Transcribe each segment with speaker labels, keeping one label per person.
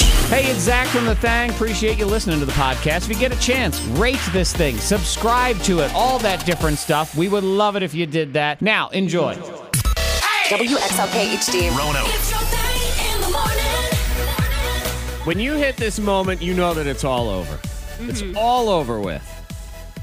Speaker 1: Hey, it's Zach from The Thang. Appreciate you listening to the podcast. If you get a chance, rate this thing, subscribe to it, all that different stuff. We would love it if you did that. Now, enjoy.
Speaker 2: WXLK HD.
Speaker 3: Rono.
Speaker 4: It's your thing in the morning.
Speaker 5: When you hit this moment, you know that it's all over. It's all over with.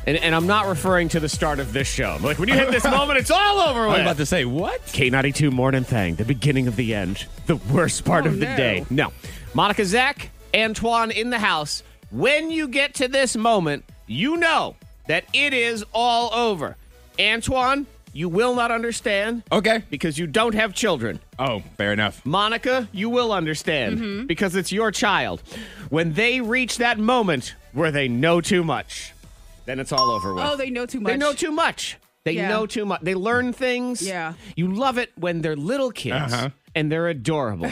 Speaker 5: And, and I'm not referring to the start of this show. Like when you hit this moment, it's all over with.
Speaker 6: I'm about to say what?
Speaker 5: K92 Morning Thang, the beginning of the end, the worst part of the
Speaker 6: no.
Speaker 5: day. No. Monica Zach, Antoine in the house. When you get to this moment, you know that it is all over. Antoine, you will not understand
Speaker 6: Okay.
Speaker 5: because you don't have children.
Speaker 6: Oh, fair enough.
Speaker 5: Monica, you will understand
Speaker 7: Mm-hmm.
Speaker 5: because it's your child. When they reach that moment where they know too much, then it's all over with.
Speaker 7: Oh, they know too much.
Speaker 5: They know too much. They
Speaker 7: Yeah.
Speaker 5: know too much. They learn things.
Speaker 7: Yeah.
Speaker 5: You love it when they're little kids
Speaker 6: Uh-huh.
Speaker 5: and they're adorable,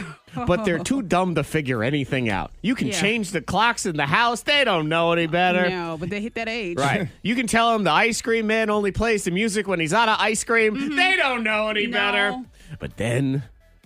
Speaker 5: but they're too dumb to figure anything out. You can
Speaker 7: Yeah.
Speaker 5: change the clocks in the house. They don't know any better.
Speaker 7: No, but they hit that age.
Speaker 5: Right. You can tell them the ice cream man only plays the music when he's out of ice cream. They don't know any
Speaker 7: Mm-hmm. No.
Speaker 5: better. But then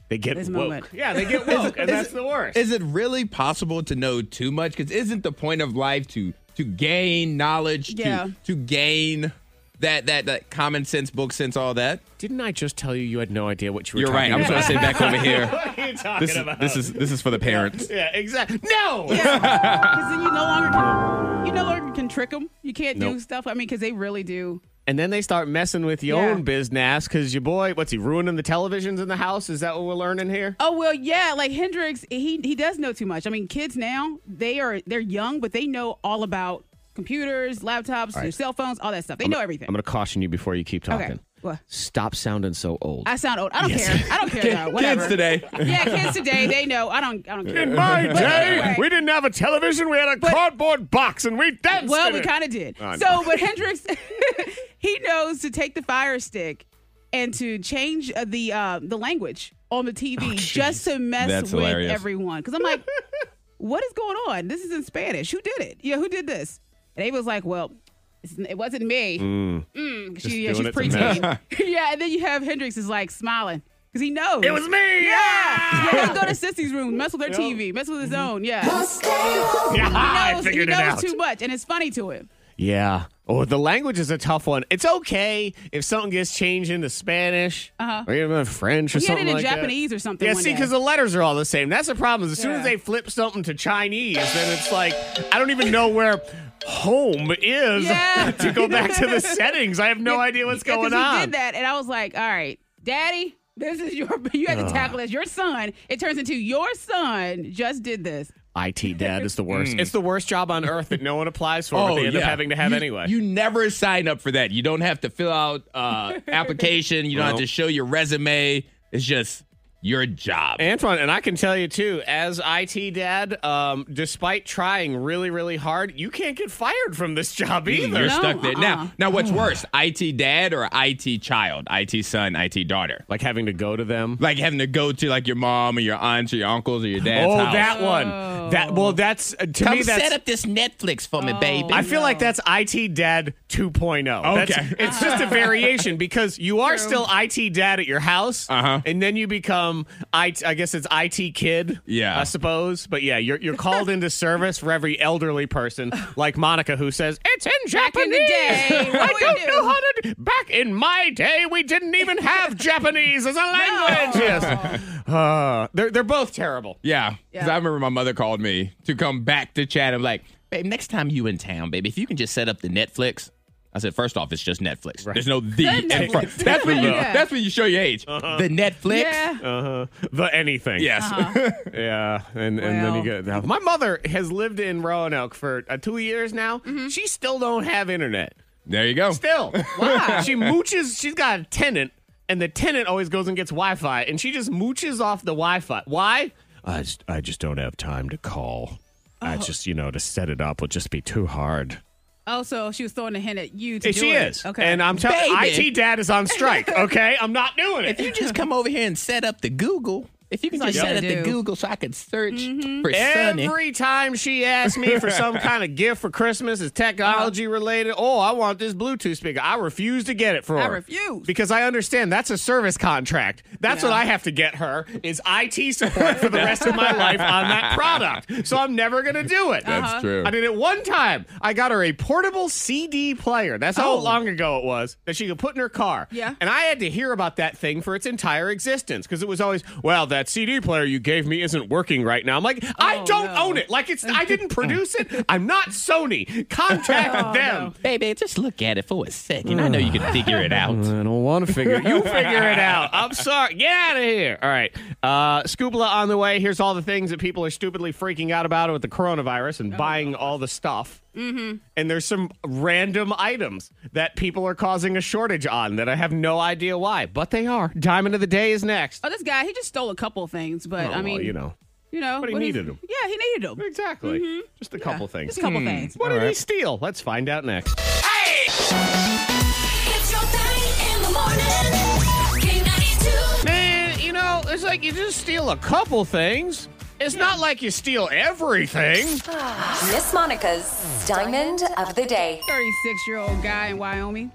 Speaker 5: they get
Speaker 7: This
Speaker 5: woke.
Speaker 7: moment.
Speaker 5: Yeah, they get woke, and that's the worst.
Speaker 6: Is it really possible to know too much? Because isn't the point of life to to gain knowledge,
Speaker 7: Yeah.
Speaker 6: to to gain that that that common sense, book sense, all that?
Speaker 5: Didn't I just tell you you had no idea what you were
Speaker 6: You're right.
Speaker 5: talking about?
Speaker 6: I'm trying to sit back over here.
Speaker 5: What are you talking
Speaker 6: This is
Speaker 5: about?
Speaker 6: this is this is for the parents.
Speaker 5: yeah, exactly. No!
Speaker 7: Because then you no longer can, you no longer can trick them. You can't do
Speaker 5: Nope.
Speaker 7: stuff. I mean, because they really do.
Speaker 5: And then they start messing with your
Speaker 7: Yeah.
Speaker 5: own business because your boy, what's he, ruining the televisions in the house? Is that what we're learning here?
Speaker 7: Oh well, yeah. Like Hendrix, he he does know too much. I mean, kids now they are they're young, but they know all about computers, laptops, their cell phones, all that stuff. They know everything.
Speaker 5: I'm going to caution you before you keep talking.
Speaker 7: okay. Well,
Speaker 5: Stop sounding so old.
Speaker 7: I sound old. I don't care. I don't care. though. Whatever.
Speaker 6: Kids today.
Speaker 7: Yeah, kids today they know. I don't. I don't care.
Speaker 5: my
Speaker 7: But anyway.
Speaker 5: didn't have a television. We had a cardboard box and we danced.
Speaker 7: Well,
Speaker 5: in
Speaker 7: we
Speaker 5: it.
Speaker 7: kind of did.
Speaker 5: I know.
Speaker 7: so, but Hendrix, he knows to take the fire stick and to change uh, the uh, the language on the TV
Speaker 5: Oh,
Speaker 7: just to mess
Speaker 6: That's
Speaker 7: with
Speaker 6: hilarious.
Speaker 7: everyone. Because I'm like, what is going on? This is in Spanish. Who did it? Yeah, who did this? And they was like, well. it's- It wasn't me. Mm, she, yeah,
Speaker 5: doing
Speaker 7: she's
Speaker 5: it to mess.
Speaker 7: preteen. yeah, and then you have Hendrix is like smiling because he knows
Speaker 5: It was me.
Speaker 7: Yeah, yeah. he'll Go to Sissy's room, mess with her TV, mess with his own. Yeah,
Speaker 5: Yeah,
Speaker 7: he
Speaker 5: Mm-hmm. I
Speaker 7: knows,
Speaker 5: figured
Speaker 7: he
Speaker 5: it
Speaker 7: knows
Speaker 5: out.
Speaker 7: too much, and it's funny to him.
Speaker 5: Yeah. Oh, the language is a tough one. It's okay if something gets changed into Spanish or even French or
Speaker 7: Uh-huh. He had
Speaker 5: something
Speaker 7: it in
Speaker 5: like
Speaker 7: Japanese or
Speaker 5: that.
Speaker 7: something.
Speaker 5: Yeah,
Speaker 7: one
Speaker 5: see,
Speaker 7: day.
Speaker 5: because the letters are all the same. That's the problem. Is as soon as
Speaker 7: Yeah.
Speaker 5: they flip something to Chinese, then it's like I don't even know where home is
Speaker 7: Yeah.
Speaker 5: to go back to the settings. I have no idea what's
Speaker 7: Yeah, 'cause
Speaker 5: going
Speaker 7: He
Speaker 5: on.
Speaker 7: did that, and I was like, "All right, Daddy, this is your. You had to tackle this. Your son. It turns into your son just did this.
Speaker 5: IT dad is the worst. Oh, It's the worst job on earth that no one applies for. but they end up
Speaker 6: Oh, yeah.
Speaker 5: having to have
Speaker 6: you,
Speaker 5: anyway.
Speaker 6: You never sign up for that. You don't have to fill out uh application. You don't have
Speaker 5: Nope.
Speaker 6: to show your resume. It's just your job.
Speaker 5: Antoine, and I can tell you too, as IT dad, um, despite trying really, really hard, you can't get fired from this job either.
Speaker 6: You're
Speaker 7: No,
Speaker 6: stuck there.
Speaker 7: uh-uh.
Speaker 6: Now, now what's worse, IT dad or IT child, IT son, IT daughter?
Speaker 5: Like having to go to them.
Speaker 6: Like having to go to like your mom or your aunts or your uncles or your dad's
Speaker 5: oh,
Speaker 6: house.
Speaker 5: that one. That well, that's uh, to
Speaker 6: Come
Speaker 5: me. That's Oh.
Speaker 6: set up this Netflix for me, baby.
Speaker 5: I feel like that's IT Dad 2.0. That's,
Speaker 6: Okay.
Speaker 5: it's just a variation because you are still IT Dad at your house,
Speaker 6: Uh-huh.
Speaker 5: and then you become I. I guess it's IT Kid.
Speaker 6: Yeah.
Speaker 5: I suppose. But yeah, you're you're called into service for every elderly person like Monica who says it's in
Speaker 7: Back
Speaker 5: Japanese.
Speaker 7: in the day, what
Speaker 5: I
Speaker 7: we
Speaker 5: don't
Speaker 7: do."
Speaker 5: know how to. Back in my day, we didn't even have Japanese as a language. Yes. Uh, they're they're both terrible.
Speaker 6: Yeah. Because
Speaker 7: Yeah.
Speaker 6: I remember my mother called me to come back to Chatham, like, babe, next time you in town, baby, if you can just set up the Netflix. I said, first off, it's just Netflix. There's no the in front.
Speaker 7: Netflix.
Speaker 6: That's when you
Speaker 7: Yeah.
Speaker 6: that's when you show your age.
Speaker 5: Uh-huh.
Speaker 6: The Netflix.
Speaker 7: Yeah,
Speaker 5: The anything.
Speaker 6: Yes.
Speaker 5: Yeah, and, and then you
Speaker 7: Well.
Speaker 5: get now, my mother has lived in Roanoke for uh, two years now.
Speaker 7: Mm-hmm.
Speaker 5: She still don't have internet.
Speaker 6: there you go.
Speaker 5: Still, wow. she mooches. She's got a tenant, and the tenant always goes and gets Wi-Fi, and she just mooches off the Wi-Fi. Why? I just, I just don't have time to call.
Speaker 7: Oh.
Speaker 5: I just, you know, to set it up would just be too hard.
Speaker 7: Also, Oh, she was throwing a hint at you. To
Speaker 5: She
Speaker 7: do it.
Speaker 5: is,
Speaker 7: Okay.
Speaker 5: and I'm telling
Speaker 6: Baby.
Speaker 5: IT dad is on strike. Okay, I'm not doing it.
Speaker 6: If you just come over here and set up the Google, If you can
Speaker 7: That's
Speaker 6: just
Speaker 7: all you
Speaker 6: set up
Speaker 7: gotta
Speaker 6: the
Speaker 7: do.
Speaker 6: Google so I can search
Speaker 7: Mm-hmm.
Speaker 6: for Sunny.
Speaker 5: Every time she asks me for some kind of gift for Christmas, it's technology related. Oh, I want this Bluetooth speaker. I refuse to get it for
Speaker 7: I
Speaker 5: her.
Speaker 7: refuse.
Speaker 5: Because I understand that's a service contract. That's what
Speaker 7: Yeah.
Speaker 5: I have to get her is IT support for the rest of my life on that product. So I'm never going to do it.
Speaker 6: That's Uh-huh. true.
Speaker 5: I did it one time. I got her a portable CD player. That's how long ago it was that she could put in her car.
Speaker 7: Oh. Yeah.
Speaker 5: And I had to hear about that thing for its entire existence because it was always, well, that CD player you gave me isn't working right now. I'm like, I
Speaker 7: Oh,
Speaker 5: don't
Speaker 7: no.
Speaker 5: own it. Like it's I didn't produce it. I'm not Sony. Contact
Speaker 7: Oh,
Speaker 5: them.
Speaker 6: Baby, just look at it for a second. I know you can figure it out.
Speaker 5: I don't want to figure it. You figure it out. I'm sorry. Get out of here. All right. Uh, Scoobla on the way. Here's all the things that people are stupidly freaking out about with the coronavirus and buying all the stuff. Mm-hmm. And there's some random items that people are causing a shortage on that I have no idea why, but they are. Diamond of the day is next.
Speaker 7: Oh, this guy, he just stole a couple things, but I
Speaker 5: Oh, well,
Speaker 7: mean,
Speaker 5: you know.
Speaker 7: you know,
Speaker 5: But he
Speaker 7: what is-
Speaker 5: needed 'em.
Speaker 7: Yeah, he needed them.
Speaker 5: Exactly. Just a couple things.
Speaker 7: mm-hmm. Just a couple things.
Speaker 5: What did he steal? Let's find out next.
Speaker 4: It's your thing in the morning. K92.
Speaker 5: Man, you know, it's like you just steal a couple things. It's not like you steal everything.
Speaker 2: Miss Monica's Diamond of the Day.
Speaker 7: 36 year old guy in Wyoming.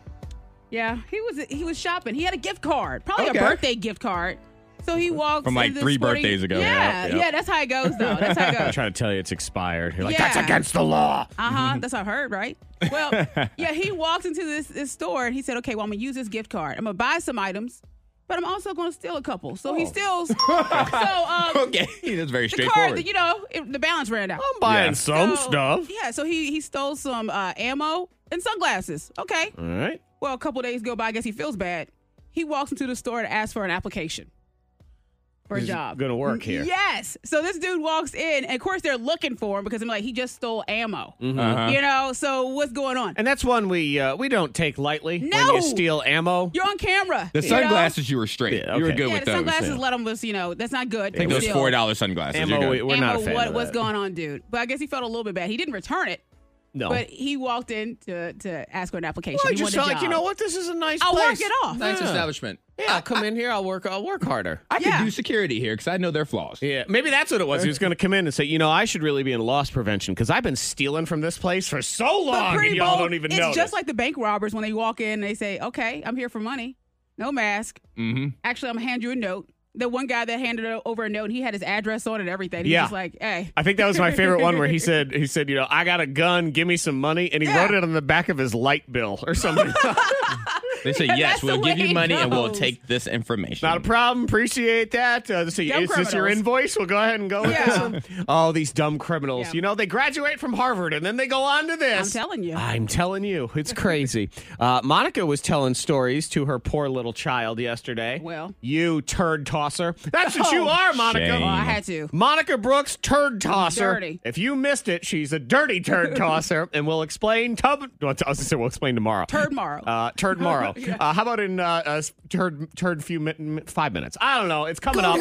Speaker 7: Yeah, he was he was shopping. He had a gift card, probably
Speaker 6: Okay.
Speaker 7: a birthday gift card. So he walks
Speaker 6: From, like,
Speaker 7: into
Speaker 6: three
Speaker 7: sporting-
Speaker 6: birthdays ago.
Speaker 7: Yeah,
Speaker 6: Yep, yep.
Speaker 7: yeah, that's how it goes though. That's how it goes.
Speaker 5: trying to tell you it's expired. You're
Speaker 7: Yeah.
Speaker 5: the law.
Speaker 7: Uh
Speaker 6: Mm-hmm.
Speaker 7: huh. That's what I heard, right? Well, yeah, he walks into this, this store and he said, okay, well, I'm going to use this gift card. I'm going to buy some items, but I'm also going to steal a couple. So
Speaker 6: Oh.
Speaker 7: he steals. so um,
Speaker 6: Okay, that's very
Speaker 7: the card,
Speaker 6: straightforward.
Speaker 7: that, you know, it, the balance ran out.
Speaker 5: I'm buying
Speaker 6: Yeah.
Speaker 5: some
Speaker 7: So-
Speaker 5: stuff.
Speaker 7: Yeah, so he, he stole some uh, ammo and sunglasses. Okay.
Speaker 5: All right.
Speaker 7: Well, a couple days go by. I guess he feels bad. He walks into the store to ask for an application for a job.
Speaker 5: Gonna work here.
Speaker 7: Yes. So this dude walks in, and of course they're looking for him because I'm like, he just stole ammo.
Speaker 6: Uh-huh.
Speaker 7: You know. So what's going on?
Speaker 5: And that's one we uh, we don't take lightly when
Speaker 7: No!
Speaker 5: you steal ammo.
Speaker 7: You're on camera.
Speaker 6: The
Speaker 7: you know?
Speaker 6: sunglasses, you were straight.
Speaker 5: Yeah,
Speaker 6: You were
Speaker 5: okay.
Speaker 6: good
Speaker 7: Yeah,
Speaker 6: with
Speaker 7: the
Speaker 6: those.
Speaker 7: sunglasses. Let him was, you know, that's not good.
Speaker 6: Take those four dollar sunglasses.
Speaker 5: ammo,
Speaker 6: You're
Speaker 5: we-
Speaker 6: good.
Speaker 5: we're not a fan.
Speaker 7: what
Speaker 5: of
Speaker 7: what's
Speaker 5: that.
Speaker 7: going on, dude? But I guess he felt a little bit bad. He didn't return it,
Speaker 5: No.
Speaker 7: but he walked in to to ask for an application.
Speaker 5: Oh. well, I
Speaker 7: he
Speaker 5: just
Speaker 7: wanted a
Speaker 5: felt like
Speaker 7: job.
Speaker 5: you know what, this is a nice
Speaker 7: I'll
Speaker 5: place.
Speaker 7: work it off.
Speaker 6: Nice establishment.
Speaker 5: Yeah, I'll come in here. I'll work. I'll work harder.
Speaker 6: I can
Speaker 7: Yeah.
Speaker 6: do security here because I know their flaws.
Speaker 5: Yeah, maybe that's what it was. He was going to come in and say, you know, I should really be in loss prevention because I've been stealing from this place for so
Speaker 7: But
Speaker 5: long,
Speaker 7: pretty
Speaker 5: and y'all
Speaker 7: bold.
Speaker 5: don't even
Speaker 7: it's
Speaker 5: know.
Speaker 7: just like the bank robbers when they walk in and they say, "Okay, I'm here for money, no mask.
Speaker 6: Mm-hmm.
Speaker 7: Actually, I'm gonna hand you a note." The one guy that handed o- over a note, and he had his address on it and everything. He
Speaker 5: Yeah.
Speaker 7: was just like, "Hey,
Speaker 5: I think that was my favorite one where he said he said, you know, I got a gun, give me some money, and he
Speaker 7: Yeah.
Speaker 5: wrote it on the back of his light bill or something.
Speaker 6: They say
Speaker 7: Yeah,
Speaker 6: yes,
Speaker 7: that's the
Speaker 6: we'll give
Speaker 7: way
Speaker 6: you
Speaker 7: it
Speaker 6: money and we'll
Speaker 7: goes.
Speaker 6: take this information.
Speaker 5: Not a problem. Appreciate that. Uh, so
Speaker 7: Dumb
Speaker 5: is this your
Speaker 7: criminals.
Speaker 5: invoice? We'll go ahead and go with
Speaker 7: Yeah.
Speaker 5: this one. Oh, these dumb criminals.
Speaker 7: Yeah.
Speaker 5: You know, they graduate from Harvard and then they go on to this.
Speaker 7: I'm telling you.
Speaker 5: I'm telling you. It's crazy. uh, Monica was telling stories to her poor little child yesterday.
Speaker 7: Well.
Speaker 5: You turd tosser. That's what you
Speaker 7: Oh,
Speaker 5: are, Monica.
Speaker 6: shame.
Speaker 7: oh, I had to."
Speaker 5: Monica Brooks, turd tosser.
Speaker 7: Dirty.
Speaker 5: If you missed it, she's a dirty turd tosser, and we'll explain. Tub- I was gonna say we'll explain tomorrow.
Speaker 7: Turd morrow.
Speaker 5: Uh, turd morrow. uh, how about in uh, uh, turd turd few min- min- five minutes? I don't know. It's coming up.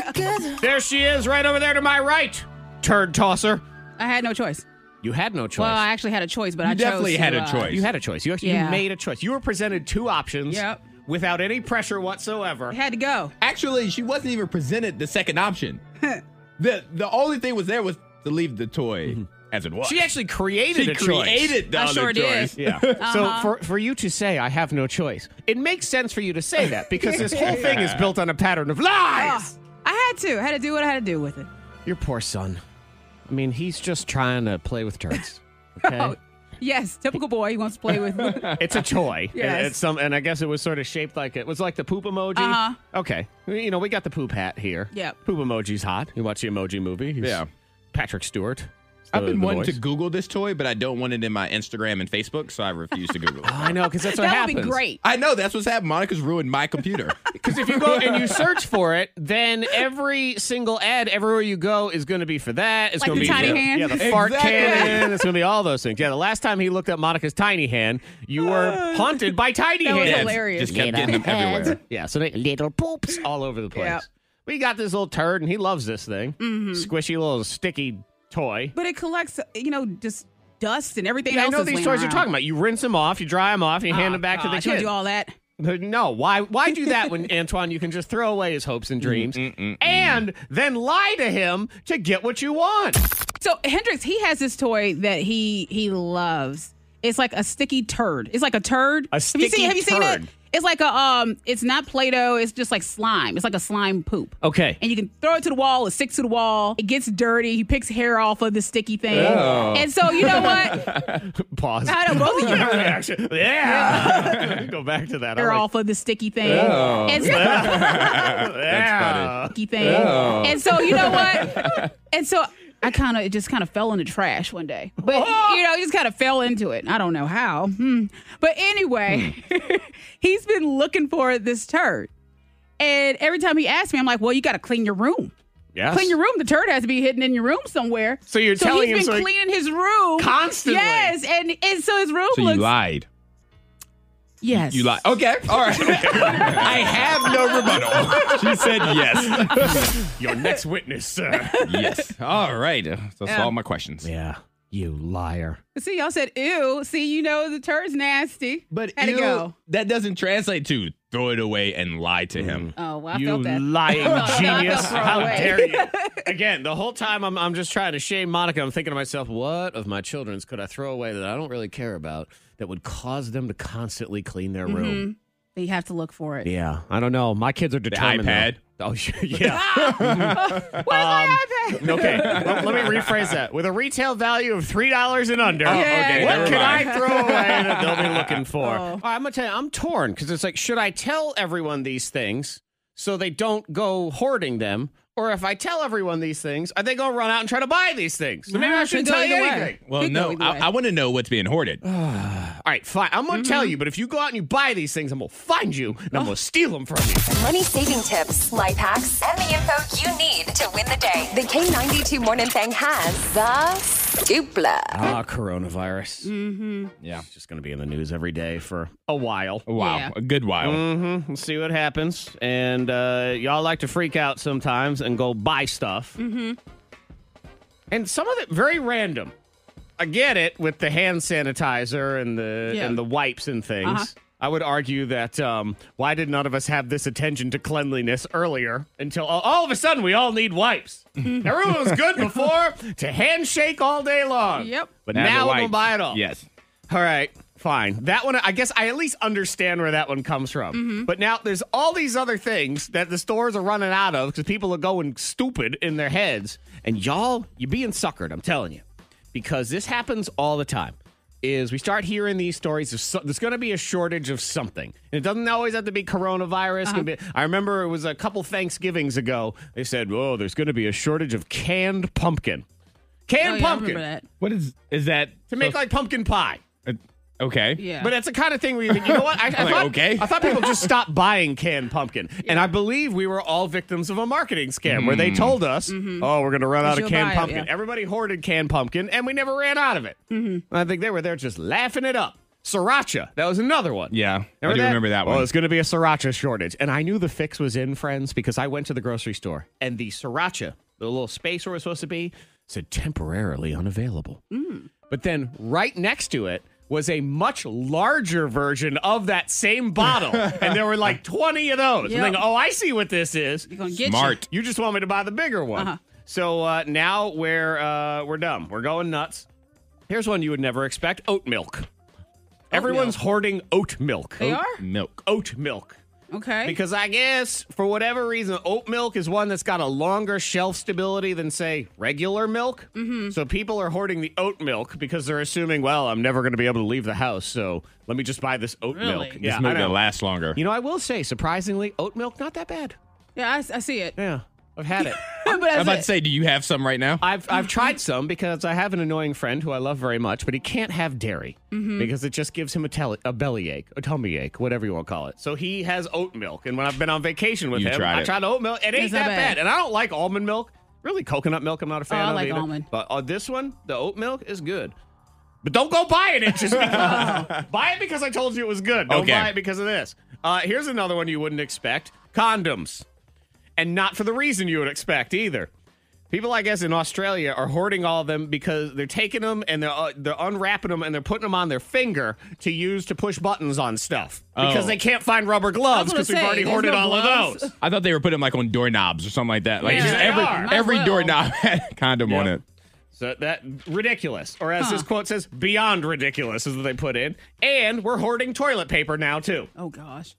Speaker 5: There she is, right over there to my right. Turd tosser.
Speaker 7: I had no choice.
Speaker 5: You had no choice.
Speaker 7: Well, I actually had a choice, but I chose
Speaker 6: definitely
Speaker 7: to,
Speaker 6: had a
Speaker 7: uh,
Speaker 6: choice.
Speaker 5: you had a choice. You actually you
Speaker 7: Yeah.
Speaker 5: made a choice. You were presented two options.
Speaker 7: Yep.
Speaker 5: Without any pressure whatsoever.
Speaker 7: I had to go.
Speaker 6: Actually, she wasn't even presented the second option. the The only thing was there was to leave the toy
Speaker 7: Mm-hmm.
Speaker 6: as it was.
Speaker 5: She actually created
Speaker 6: She
Speaker 5: a choice.
Speaker 6: created the
Speaker 7: I
Speaker 6: other
Speaker 7: sure did.
Speaker 6: choice.
Speaker 5: Yeah.
Speaker 7: Uh-huh.
Speaker 5: So for, for you to say I have no choice, it makes sense for you to say that because this whole thing is built on a pattern of lies.
Speaker 7: Ah, I had to. I had to do what I had to do with it.
Speaker 5: Your poor son. I mean, he's just trying to play with turds. Okay.
Speaker 7: Oh, yes, typical boy. He wants to play with.
Speaker 5: It's a toy.
Speaker 7: Yes.
Speaker 5: And it's some and I guess it was sort of shaped like it was like the poop emoji.
Speaker 7: Uh-huh.
Speaker 5: Okay. You know, we got the poop hat here.
Speaker 7: Yep.
Speaker 5: Poop emoji's hot. You watch the emoji movie. He's
Speaker 6: Yeah.
Speaker 5: Patrick Stewart.
Speaker 6: I've been
Speaker 5: The- the
Speaker 6: wanting to
Speaker 5: voice.
Speaker 6: Google this toy, but I don't want it in my Instagram and Facebook, so I refuse to Google it.
Speaker 5: I know, because that's what
Speaker 7: that would
Speaker 5: happens.
Speaker 7: be great.
Speaker 6: Ah. I know that's what's happened. Monica's ruined my computer.
Speaker 5: Because if you go and you search for it, then every single ad everywhere you go is going to be for that. It's
Speaker 7: Like
Speaker 5: going to
Speaker 7: the
Speaker 5: be
Speaker 7: tiny
Speaker 5: for,
Speaker 7: hand?
Speaker 5: Yeah, the fart
Speaker 6: Exactly.
Speaker 5: cannon. It's going to be all those things. Yeah, the last time he looked up Monica's tiny hand, you were haunted by tiny
Speaker 7: Uh. That was
Speaker 5: hands.
Speaker 7: hilarious.
Speaker 6: Just kept getting them everywhere.
Speaker 5: Yeah, so they little poops all over the place.
Speaker 7: Yep.
Speaker 5: We got this little turd, and he loves this thing.
Speaker 7: Mm-hmm.
Speaker 5: Squishy little sticky toy.
Speaker 7: But it collects, you know, just dust and everything
Speaker 5: Yeah, I
Speaker 7: else.
Speaker 5: know
Speaker 7: that's
Speaker 5: these
Speaker 7: laying
Speaker 5: toys you're
Speaker 7: around.
Speaker 5: talking about. You rinse them off, you dry them off, you hand
Speaker 7: Oh,
Speaker 5: them back to
Speaker 7: God,
Speaker 5: the
Speaker 7: I told
Speaker 5: kid.
Speaker 7: you all that.
Speaker 5: No, why why do that when Antoine you can just throw away his hopes and dreams and then lie to him to get what you want.
Speaker 7: So Hendrix, he has this toy that he he loves. It's like a sticky turd. It's like a turd.
Speaker 5: A
Speaker 7: have you
Speaker 5: sticky
Speaker 7: seen, have you seen it?
Speaker 5: turd.
Speaker 7: It's like a um. It's not Play-Doh. It's just like slime. It's like a slime poop.
Speaker 5: Okay.
Speaker 7: And you can throw it to the wall. It sticks to the wall. It gets dirty. He picks hair off of the sticky thing.
Speaker 5: Oh.
Speaker 7: And so you know what?
Speaker 5: Pause.
Speaker 7: I don't both of you
Speaker 5: Action. yeah. Go back to that. I
Speaker 7: hair
Speaker 5: like- Oh.
Speaker 7: off of the sticky thing. And so,
Speaker 5: yeah.
Speaker 7: sticky thing. And so you know what? And so I kind of it just kind of fell in the trash one day. But
Speaker 5: Oh!
Speaker 7: you know, just kind of fell into it. I don't know how. Hmm. But anyway,
Speaker 5: Hmm.
Speaker 7: he's been looking for this turd. And every time he asks me, I'm like, "Well, you got to clean your room.
Speaker 5: Yes.
Speaker 7: Clean your room. The turd has to be hidden in your room somewhere."
Speaker 5: So you're
Speaker 7: so
Speaker 5: telling him
Speaker 7: he's been
Speaker 5: so he-
Speaker 7: cleaning his room
Speaker 5: Constantly.
Speaker 7: Yes, and and so his room
Speaker 6: So you
Speaker 7: looks
Speaker 6: lied.
Speaker 7: yes.
Speaker 6: You lied. Okay. All right. I have no rebuttal. She said yes.
Speaker 5: Your next witness, sir.
Speaker 6: Yes. All right. Uh, That's all my questions.
Speaker 5: yeah. You liar.
Speaker 7: See, y'all said ew. See, you know the turd's nasty.
Speaker 6: But
Speaker 7: Had to
Speaker 6: ew,
Speaker 7: go.
Speaker 6: that doesn't translate to throw it away and lie to him.
Speaker 7: Oh, well, I
Speaker 5: you
Speaker 7: felt that.
Speaker 5: lying
Speaker 7: felt
Speaker 5: genius.
Speaker 7: that
Speaker 5: How
Speaker 7: away.
Speaker 5: dare you? Again, the whole time I'm, I'm just trying to shame Monica. I'm thinking to myself, what of my children's could I throw away that I don't really care about that would cause them to constantly clean their
Speaker 7: Mm-hmm.
Speaker 5: room?
Speaker 7: You have to look for it.
Speaker 5: Yeah. I don't know. My kids are determined. though.
Speaker 6: iPad.
Speaker 5: Oh, sure, yeah.
Speaker 7: Where's
Speaker 5: Um,
Speaker 7: my iPad?
Speaker 5: Okay, let, let me rephrase that. With a retail value of three dollars and under,
Speaker 7: okay,
Speaker 5: what
Speaker 6: never
Speaker 5: can
Speaker 6: mind.
Speaker 5: I throw away that they'll be looking for?
Speaker 7: Oh.
Speaker 5: All right, I'm gonna tell you, I'm torn because it's like, should I tell everyone these things so they don't go hoarding them, or if I tell everyone these things, are they gonna run out and try to buy these things? So maybe I
Speaker 7: it could
Speaker 5: shouldn't
Speaker 7: go
Speaker 5: tell you
Speaker 7: either way.
Speaker 5: anything.
Speaker 6: Well,
Speaker 7: Could go
Speaker 6: no,
Speaker 7: either
Speaker 6: I,
Speaker 7: way.
Speaker 6: I want to know what's being hoarded.
Speaker 5: All right, fine. I'm gonna tell you, but if you go out and you buy these things, I'm gonna find you and I'm gonna steal them from you.
Speaker 2: Money saving tips, life hacks, and the info you need to win the day. The K92 Morning Thing has the scoopla.
Speaker 5: Ah, coronavirus. Mm-hmm. Yeah, it's just gonna be in the news every day for a while.
Speaker 6: Wow,
Speaker 7: Yeah. Oh,
Speaker 6: a good while.
Speaker 5: Mm-hmm. We'll see what happens. And uh, y'all like to freak out sometimes and go buy stuff. Mm-hmm. And some of it very random. I get it with the hand sanitizer and the
Speaker 7: Yeah.
Speaker 5: and the wipes and things.
Speaker 7: Uh-huh.
Speaker 5: I would argue that um, why did none of us have this attention to cleanliness earlier until all, all of a sudden we all need wipes?
Speaker 7: Mm-hmm.
Speaker 5: Everyone was good before to handshake all day long.
Speaker 7: Yep.
Speaker 5: But
Speaker 6: Now the
Speaker 5: now, we're going
Speaker 6: wipes.
Speaker 5: to buy it all.
Speaker 6: Yes.
Speaker 5: All right, fine. That one, I guess I at least understand where that one comes from.
Speaker 7: Mm-hmm.
Speaker 5: But now there's all these other things that the stores are running out of because people are going stupid in their heads. And y'all, you're being suckered, I'm telling you, because this happens all the time. Is we start hearing these stories of so, there's going to be a shortage of something, and it doesn't always have to be coronavirus. It can be-
Speaker 7: Uh-huh.
Speaker 5: I remember it was a couple Thanksgivings ago. They said, "Oh, there's going to be a shortage of canned pumpkin,
Speaker 7: Oh,
Speaker 5: canned
Speaker 7: yeah, I
Speaker 5: pumpkin
Speaker 7: remember that.
Speaker 6: What is is that uh,
Speaker 5: to make like pumpkin pie."
Speaker 6: okay?
Speaker 7: Yeah.
Speaker 5: But that's the kind of thing where you think, you know what? I, I
Speaker 6: Like,
Speaker 5: thought,
Speaker 6: okay.
Speaker 5: I thought people just stopped buying canned pumpkin. And I believe we were all victims of a marketing scam where
Speaker 6: Mm.
Speaker 5: they told us, oh, we're going to run out of
Speaker 7: Mm-hmm. you'll
Speaker 5: canned
Speaker 7: buy it,
Speaker 5: pumpkin.
Speaker 7: yeah.
Speaker 5: Everybody hoarded canned pumpkin, and we never ran out of it. Mm-hmm. I think they were there just laughing it up. Sriracha, that was another one.
Speaker 6: Yeah, I do remember that
Speaker 5: Well,
Speaker 6: one.
Speaker 5: it's going to be a sriracha shortage. And I knew the fix was in, friends, because I went to the grocery store and the sriracha, the little space where it was supposed to be, said temporarily unavailable.
Speaker 7: Mm.
Speaker 5: But then right next to it was a much larger version of that same bottle. and there were like 20 of those.
Speaker 7: Yep.
Speaker 5: And they go, oh, I see what this is.
Speaker 7: Gonna get
Speaker 6: Smart.
Speaker 5: You just want me to buy the bigger one.
Speaker 7: Uh-huh.
Speaker 5: So uh, now we're uh, we're dumb. We're going nuts. Here's one you would never expect: oat milk. Everyone's hoarding oat milk.
Speaker 7: You. They are?
Speaker 6: Milk.
Speaker 5: Oat milk.
Speaker 7: Okay.
Speaker 5: Because I guess for whatever reason, oat milk is one that's got a longer shelf stability than, say, regular milk. Mm-hmm. So people are hoarding the oat milk because they're assuming, well, I'm never going to be able to leave the house, so let me just buy this oat
Speaker 7: Really?
Speaker 5: milk.
Speaker 7: This
Speaker 5: Yeah,
Speaker 6: This
Speaker 5: I
Speaker 6: movie
Speaker 5: know.
Speaker 6: lasts longer.
Speaker 5: You know, I will say, surprisingly, oat milk not that bad.
Speaker 7: yeah, I, I see it.
Speaker 5: Yeah, I've had it.
Speaker 7: but
Speaker 6: I'm
Speaker 7: that's
Speaker 6: about
Speaker 7: it.
Speaker 6: to say, do you have some right now?
Speaker 5: I've I've tried some because I have an annoying friend who I love very much, but he can't have dairy
Speaker 7: Mm-hmm.
Speaker 5: because it just gives him a, tele- a belly ache, a tummy ache, whatever you want to call it. So he has oat milk, and when I've been on vacation with
Speaker 6: You
Speaker 5: him,
Speaker 6: tried
Speaker 5: I
Speaker 6: it.
Speaker 5: tried oat milk. It ain't
Speaker 7: not
Speaker 5: that
Speaker 7: bad. Oh,
Speaker 5: bad. and I don't like almond milk. Really, coconut milk, I'm not a fan
Speaker 7: I
Speaker 5: of
Speaker 7: like
Speaker 5: either.
Speaker 7: almond.
Speaker 5: But uh, this one, the oat milk is good. But don't go buying it just because. buy it because I told you it was good. Don't
Speaker 6: Okay.
Speaker 5: buy it because of this. Uh, here's another one you wouldn't expect: condoms, and not for the reason you would expect either People, I guess, in Australia are hoarding all of them because they're taking them and they're uh, they're unwrapping them and they're putting them on their finger to use to push buttons on stuff because
Speaker 6: Oh.
Speaker 5: they can't find rubber gloves
Speaker 7: gonna
Speaker 5: because we've
Speaker 7: say,
Speaker 5: already
Speaker 7: there's
Speaker 5: hoarded
Speaker 7: no
Speaker 5: all of
Speaker 7: gloves.
Speaker 5: those.
Speaker 6: I thought they were putting them like on doorknobs or something like that. Like
Speaker 5: Yeah,
Speaker 6: just
Speaker 5: they
Speaker 6: every
Speaker 5: are. Might
Speaker 6: every
Speaker 7: well.
Speaker 6: doorknob had condom on
Speaker 5: Yeah.
Speaker 6: it.
Speaker 5: So that ridiculous, or as this quote says, beyond ridiculous is what they put in. And we're hoarding toilet paper now too
Speaker 7: Oh gosh.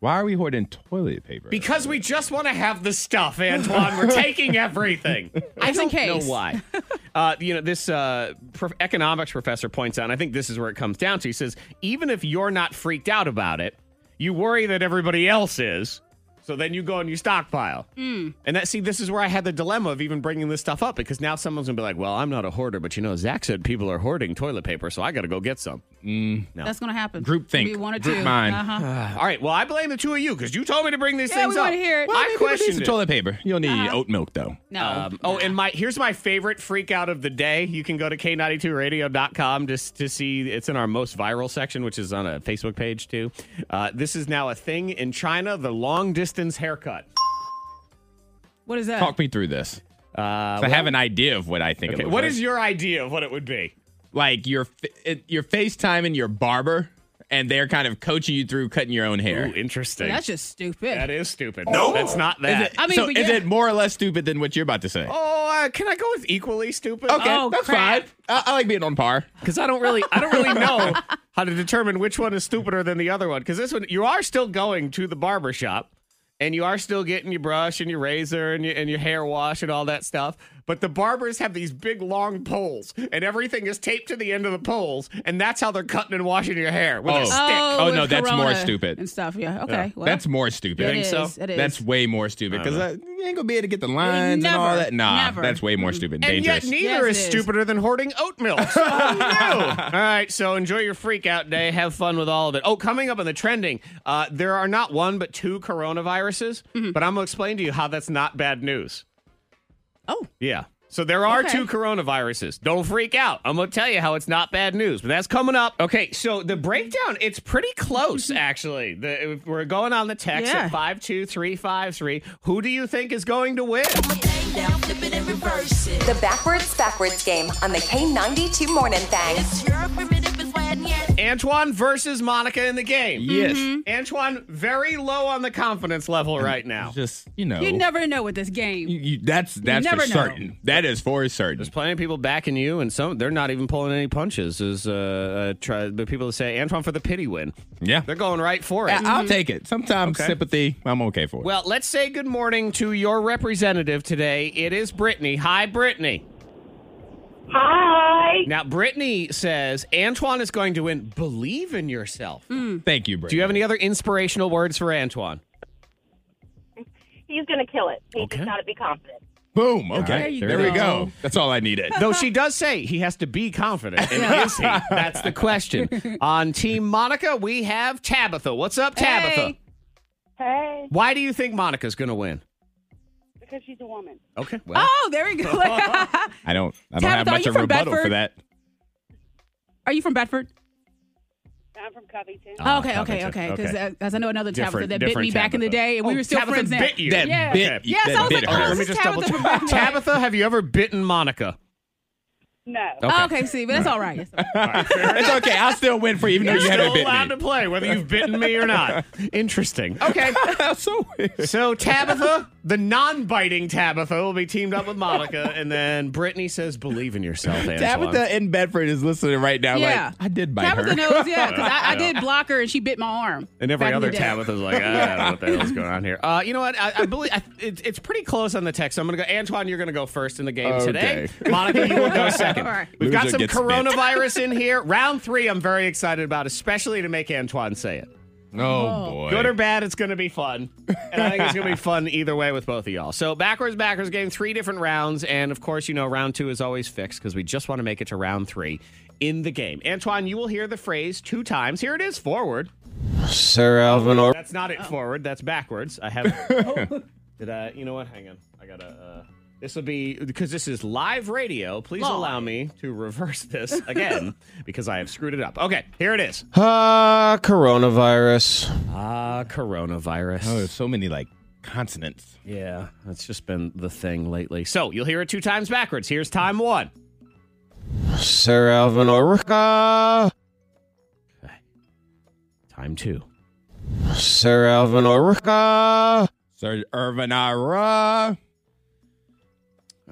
Speaker 6: Why are we hoarding toilet paper?
Speaker 5: because we just want to have the stuff, Antoine. we're taking everything. I
Speaker 7: Just in
Speaker 5: don't
Speaker 7: case.
Speaker 5: know why. Uh, you know, this uh, prof- economics professor points out, and I think this is where it comes down to. He says, even if you're not freaked out about it, you worry that everybody else is. So then you go and you stockpile.
Speaker 7: Hmm.
Speaker 5: And that, see, this is where I had the dilemma of even bringing this stuff up because now someone's going to be like, well, I'm not a hoarder, but you know, Zach said people are hoarding toilet paper, so I got to go get some.
Speaker 7: That's gonna happen.
Speaker 6: Groupthink.
Speaker 7: We wanted
Speaker 6: Group
Speaker 7: to.
Speaker 6: mind.
Speaker 7: Uh-huh.
Speaker 5: All right. Well, I blame the two of you because you told me to bring these
Speaker 7: Yeah,
Speaker 5: things
Speaker 7: we
Speaker 5: up.
Speaker 7: wanna hear it. Well,
Speaker 5: I questioned
Speaker 6: some
Speaker 5: it.
Speaker 6: toilet paper. You'll need oat milk though.
Speaker 7: No.
Speaker 5: Um, oh, and my here's my favorite freak out of the day. You can go to k92radio.com just to see it's in our most viral section, which is on a Facebook page too. Uh, this is now a thing in China: the long distance haircut.
Speaker 7: what is that?
Speaker 6: Talk me through this. Uh, I have an idea of what I think.
Speaker 5: Okay,
Speaker 6: it
Speaker 5: what is your idea of what it would be?
Speaker 6: like your your FaceTime and your barber, and they're kind of coaching you through cutting your own hair.
Speaker 5: Ooh, interesting.
Speaker 7: That's just stupid.
Speaker 5: that is stupid. No, that's not
Speaker 6: Is
Speaker 5: that.
Speaker 6: it,
Speaker 7: I mean,
Speaker 6: so
Speaker 7: but
Speaker 6: is
Speaker 7: yeah.
Speaker 6: it more or less stupid than what you're about to say?
Speaker 5: Oh, uh, can I go with equally stupid?
Speaker 6: okay,
Speaker 7: oh,
Speaker 6: that's
Speaker 7: crap.
Speaker 6: fine. I, I like being on par.
Speaker 5: because I don't really, I don't really know how to determine which one is stupider than the other one. Because this one, you are still going to the barber shop, and you are still getting your brush and your razor and your, and your hair wash and all that stuff. But the barbers have these big long poles, and everything is taped to the end of the poles, and that's how they're cutting and washing your hair with
Speaker 6: Oh.
Speaker 5: a stick.
Speaker 7: Oh,
Speaker 6: Oh,
Speaker 7: with
Speaker 6: no, that's more
Speaker 7: corona
Speaker 6: stupid.
Speaker 7: And stuff. Yeah. Okay. Well,
Speaker 6: that's more stupid.
Speaker 7: it is,
Speaker 5: so?
Speaker 7: It is.
Speaker 6: That's way more stupid because you ain't gonna be able to get the lines and all
Speaker 7: Never.
Speaker 6: that. Nah,
Speaker 7: Never.
Speaker 6: that's way more stupid.
Speaker 5: And
Speaker 6: Dangerous.
Speaker 5: yet, neither
Speaker 7: Yes,
Speaker 5: is
Speaker 7: it is.
Speaker 5: stupider than hoarding oat milk. So, oh, no. All right, so enjoy your freak out day. Have fun with all of it. Oh, coming up on the trending, uh, there are not one but two coronaviruses,
Speaker 7: Mm-hmm.
Speaker 5: but I'm going to explain to you how that's not bad news.
Speaker 7: Oh.
Speaker 5: Yeah. So there are
Speaker 7: Okay.
Speaker 5: two coronaviruses. Don't freak out. I'm going to tell you how it's not bad news, but that's coming up. Okay, so the breakdown, it's pretty close, actually. The, if we're going on the text
Speaker 7: Yeah.
Speaker 5: at 52353. Who do you think is going to win?
Speaker 4: Thing down, flip it and reverse it.
Speaker 2: The backwards, backwards game on the K92 Morning Thing.
Speaker 4: It's your primitive and wet yet.
Speaker 5: Antoine versus Monica in the game.
Speaker 6: yes,
Speaker 5: Antoine, very low on the confidence level right now.
Speaker 6: just you know,
Speaker 7: You never know with this game.
Speaker 6: you- you- that's that's
Speaker 7: never
Speaker 6: for
Speaker 7: know.
Speaker 6: certain. That is for certain.
Speaker 5: Plenty of people backing you, and some they're not even pulling any punches. Is uh, uh try, the people that say Antoine for the pity win?
Speaker 6: Yeah,
Speaker 5: They're going right for it.
Speaker 6: I-
Speaker 7: Mm-hmm.
Speaker 6: I'll take it. Sometimes
Speaker 5: Okay.
Speaker 6: sympathy, I'm okay for it.
Speaker 5: Uh, well, let's say good morning to your representative today. It is Brittany. Hi, Brittany.
Speaker 3: Hi.
Speaker 5: Now, Brittany says Antoine is going to win. Believe in yourself.
Speaker 6: Thank you, Brady.
Speaker 5: Do you have any other inspirational words for Antoine?
Speaker 3: He's going to kill it. He's
Speaker 5: Okay.
Speaker 3: just got to be confident.
Speaker 6: Boom. Okay.
Speaker 7: There you
Speaker 6: there we
Speaker 7: go.
Speaker 6: go. That's all I needed.
Speaker 5: Though she does say he has to be confident. And is he? That's the question. On Team Monica, we have Tabitha. What's up, Tabitha?
Speaker 7: Hey.
Speaker 3: Hey,
Speaker 5: Why do you think Monica's going to win?
Speaker 3: because she's a woman.
Speaker 5: Okay. Well,
Speaker 7: Oh, there we go.
Speaker 6: I don't. I don't
Speaker 7: Tabitha,
Speaker 6: have
Speaker 7: are
Speaker 6: much
Speaker 7: you
Speaker 6: of a
Speaker 7: from
Speaker 6: rebuttal for
Speaker 7: Bedford?
Speaker 6: that.
Speaker 7: Are you from Bedford?
Speaker 3: I'm from Covington.
Speaker 7: Oh, okay, okay,
Speaker 5: Covington.
Speaker 7: okay.
Speaker 5: Okay.
Speaker 7: Because I know another Tabitha
Speaker 5: Different-
Speaker 7: that bit me
Speaker 5: different
Speaker 7: back in the
Speaker 5: Tabitha.
Speaker 7: day, and we
Speaker 5: Oh,
Speaker 7: were still
Speaker 5: Tabitha
Speaker 7: friends then.
Speaker 5: bit you.
Speaker 6: That
Speaker 7: Yeah.
Speaker 6: bit.
Speaker 7: Yes,
Speaker 6: that
Speaker 7: I was
Speaker 6: bit
Speaker 7: like, oh,
Speaker 6: hurt.
Speaker 7: this
Speaker 5: Let me
Speaker 7: is
Speaker 5: just double
Speaker 7: Tabitha
Speaker 5: check.
Speaker 7: from Bedford.
Speaker 5: Tabitha, have you ever bitten Monica?
Speaker 3: No.
Speaker 7: Oh, okay, see, but that's all right. That's all right.
Speaker 6: it's okay. I'll still win for even though you haven't
Speaker 5: still
Speaker 6: bit
Speaker 5: allowed
Speaker 6: me.
Speaker 5: to play, whether you've bitten me or not. Interesting. Okay.
Speaker 6: That's so weird.
Speaker 5: So Tabitha, the non-biting Tabitha, will be teamed up with Monica, and then Brittany says, "Believe in yourself, Antoine."
Speaker 6: Tabitha in Bedford is listening right now.
Speaker 7: Yeah.
Speaker 6: Like I did bite
Speaker 7: Tabitha
Speaker 6: her.
Speaker 7: knows, yeah, because I, I did block her and she bit my arm.
Speaker 5: And
Speaker 7: back
Speaker 5: every
Speaker 7: in
Speaker 5: other
Speaker 7: the day.
Speaker 5: Tabitha's like, I don't know what the hell's going on here. Uh, you know what? I, I believe I, it, it's pretty close on the text. So I'm going to go, Antoine, you're going to go first in the game today.
Speaker 6: Okay.
Speaker 5: Monica, you will go second.
Speaker 7: All right.
Speaker 5: We've got
Speaker 6: Loser
Speaker 5: some
Speaker 6: gets bit.
Speaker 5: coronavirus in here. Round three, I'm very excited about, especially to make Antoine say it.
Speaker 6: oh boy.
Speaker 5: Good or bad, it's going to be fun. And I think it's going to be fun either way with both of y'all. So, backwards, backwards game, three different rounds. And of course, you know, round two is always fixed because we just want to make it to round three in the game. Antoine, you will hear the phrase two times. Here it is forward.
Speaker 8: Sir Alvin or
Speaker 5: That's not it forward. That's backwards. I have. did I? You know what? Hang on. I gotta. Uh, this will be because this is live radio. Please allow me to reverse this again because I have screwed it up. Okay, here it is.
Speaker 8: Ah, coronavirus.
Speaker 5: Ah, coronavirus.
Speaker 6: Oh, there's so many like consonants.
Speaker 5: Yeah, that's just been the thing lately. So you'll hear it two times backwards. Here's time one.
Speaker 8: Sir Alvin Orica.
Speaker 5: Time two.
Speaker 8: Sir Alvin Orica.
Speaker 6: Sir Irvin Ara.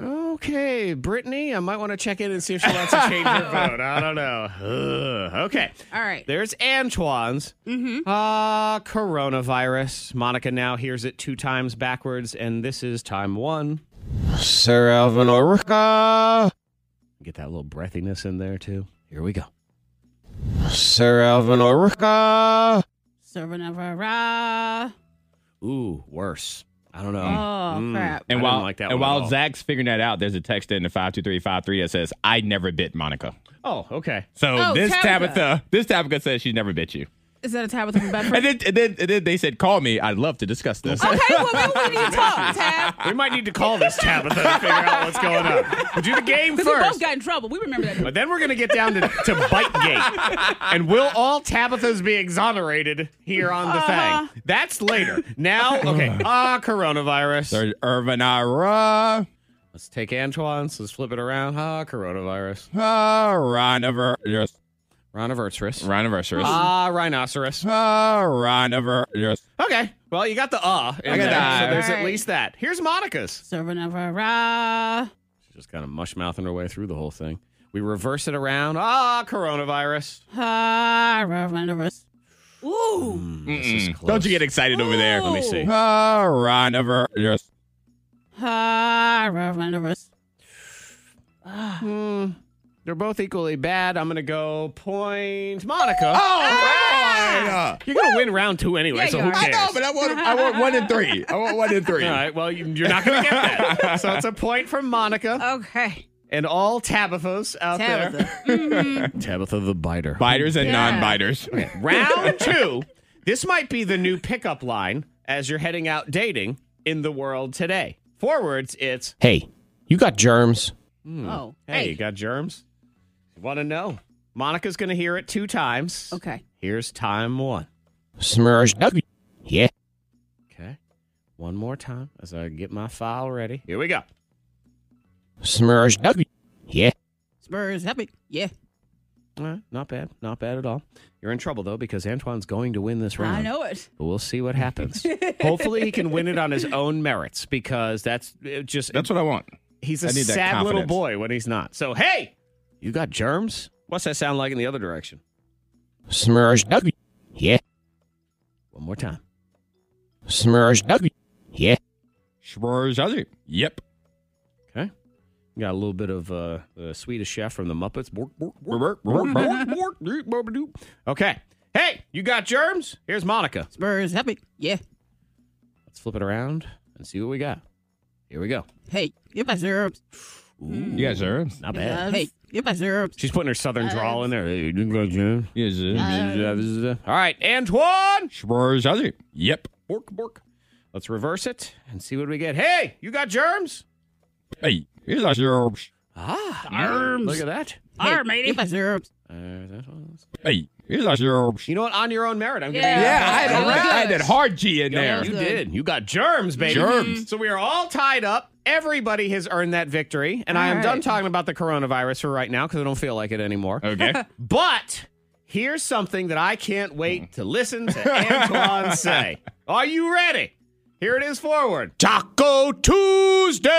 Speaker 5: Okay, Brittany, I might want to check in and see if she wants to change her vote. I don't know. Ugh. Okay.
Speaker 7: All right.
Speaker 5: There's Antoine's. Mm-hmm. Uh, coronavirus. Monica now hears it two times backwards, and this is time one.
Speaker 8: Sir Alvin Orica.
Speaker 5: Get that little breathiness in there, too. Here we go.
Speaker 8: Sir Alvin Orica.
Speaker 7: Servanavara.
Speaker 5: Ooh, worse. I
Speaker 6: Mm.
Speaker 5: don't know.
Speaker 7: Oh, crap.
Speaker 5: I
Speaker 6: And
Speaker 5: didn't
Speaker 6: while
Speaker 5: like that
Speaker 6: and
Speaker 5: one at
Speaker 6: while
Speaker 5: all.
Speaker 6: Zach's figuring that out, there's a text in the five two three five three that says, "I never bit Monica."
Speaker 5: Oh, okay.
Speaker 6: So
Speaker 7: Oh,
Speaker 6: this
Speaker 7: Tabitha.
Speaker 6: Tabitha. this Tabitha says she never bit you.
Speaker 7: Is that a Tabitha from Bedford?
Speaker 6: And then, and then, and then they said, "Call me. I'd love to discuss this."
Speaker 7: okay, well, maybe we need to talk, Tab.
Speaker 5: We might need to call this Tabitha to figure out what's going on. We'll do the game
Speaker 7: Because we both
Speaker 5: first.
Speaker 7: got in trouble. We remember that.
Speaker 5: But then we're going to get down to, to Bitegate. And will all Tabithas be exonerated here on the thing? That's later. Now, okay.
Speaker 6: Uh-huh.
Speaker 5: Ah, coronavirus.
Speaker 6: Sir Irvin Ara.
Speaker 5: Let's take Antoine's. Let's flip it around. Ah, coronavirus.
Speaker 6: Ah, rhinovirus.
Speaker 5: Rhinovirus.
Speaker 6: Rhinovirus.
Speaker 5: Ah, rhinoceros.
Speaker 6: Ah, rhinovirus.
Speaker 5: Okay. Well, you got the ah. in
Speaker 6: I got
Speaker 5: there,
Speaker 6: the ah.
Speaker 5: So there's at
Speaker 7: Right.
Speaker 5: least that. Here's Monica's.
Speaker 7: Servanavara.
Speaker 5: She's just kind of mush mouthing her way through the whole thing. We reverse it around. Ah, coronavirus.
Speaker 7: Ah, Servanavara. Ooh.
Speaker 5: This is close.
Speaker 6: Don't you get excited over there?
Speaker 7: Let me see.
Speaker 6: Ah, rhinovirus.
Speaker 7: Ah, Servanavara.
Speaker 5: They're both equally bad. I'm gonna go point Monica.
Speaker 6: Oh,
Speaker 5: Ah!
Speaker 6: right.
Speaker 5: You're gonna win round two anyway,
Speaker 7: Yeah,
Speaker 5: so
Speaker 7: you
Speaker 5: who
Speaker 7: are.
Speaker 6: I
Speaker 5: cares?
Speaker 6: know, but I want I want one in three. I want one in three.
Speaker 5: All right. Well, you- you're not gonna get that. so it's a point from Monica
Speaker 7: Okay.
Speaker 5: and all Tabithas out
Speaker 7: Oh. Tabitha.
Speaker 5: there. Tabitha the biter.
Speaker 6: Biters and
Speaker 7: Yeah.
Speaker 6: non-biters.
Speaker 5: Round two. This might be the new pickup line as you're heading out dating in the world today. Forwards, it's Hey, you got germs.
Speaker 6: Hmm.
Speaker 7: Oh.
Speaker 5: Hey, you got germs? You want to know? Monica's going to hear it two times.
Speaker 7: Okay.
Speaker 5: Here's time one.
Speaker 8: Smirsh.
Speaker 5: Yeah. Okay. One more time as I get my file ready. Here we go.
Speaker 8: Smirsh.
Speaker 5: Yeah.
Speaker 7: Spurs, help me. Yeah.
Speaker 5: Uh, not bad. Not bad at all. You're in trouble, though, because Antoine's going to win this round.
Speaker 7: I know it.
Speaker 5: But we'll see what happens. Hopefully, he can win it on his own merits because that's it just
Speaker 6: That's what I want.
Speaker 5: he's a
Speaker 6: I need that
Speaker 5: sad little
Speaker 6: confidence.
Speaker 5: boy when he's not. So hey, you got germs? What's that sound like in the other direction?
Speaker 8: Smirsh.
Speaker 5: Yeah. One more time.
Speaker 8: Smirsh.
Speaker 5: Yeah.
Speaker 6: Schwarzschild. Yep.
Speaker 5: Okay. Got a little bit of uh, the Swedish chef from the Muppets. Bork, bork, bork,
Speaker 6: Burp,
Speaker 5: bork,
Speaker 6: burp, burp.
Speaker 5: bork, bork, doop, borp, doop. Okay. Hey, you got germs? Here's Monica.
Speaker 7: Spurs, help me. Yeah.
Speaker 5: Let's flip it around and see what we got. Here we go.
Speaker 7: Hey, get my syrups.
Speaker 6: You guys are.
Speaker 5: Not bad.
Speaker 7: Hey, get my syrups.
Speaker 5: She's putting her southern drawl in there. Hey, you got germs?
Speaker 6: Yes, sir.
Speaker 7: Um,
Speaker 5: All right, Antoine.
Speaker 6: Schwarzschild. Yep.
Speaker 5: Bork, bork. Let's reverse it and see what we get. Hey, you got germs?
Speaker 6: Hey, here's our syrups.
Speaker 5: Ah,
Speaker 7: Germs.
Speaker 5: Look Uh, at that.
Speaker 7: Hey, Get my syrups.
Speaker 6: Hey, here's our syrups.
Speaker 5: You know what? On your own merit, I'm giving
Speaker 7: Yeah.
Speaker 5: you.
Speaker 6: Yeah, I had,
Speaker 7: That was
Speaker 6: I had
Speaker 7: good.
Speaker 6: that hard G in
Speaker 5: Yeah,
Speaker 6: there.
Speaker 5: you
Speaker 7: Good.
Speaker 5: did. You got germs, baby.
Speaker 6: Germs.
Speaker 5: So we are all tied up. Everybody has earned that victory, and I am
Speaker 7: All right.
Speaker 5: done talking about the coronavirus for right now because I don't feel like it anymore.
Speaker 6: Okay.
Speaker 5: But here's something that I can't
Speaker 6: Hmm.
Speaker 5: wait to listen to Antoine say. Are you ready? Here it is forward.
Speaker 6: Taco Tuesday.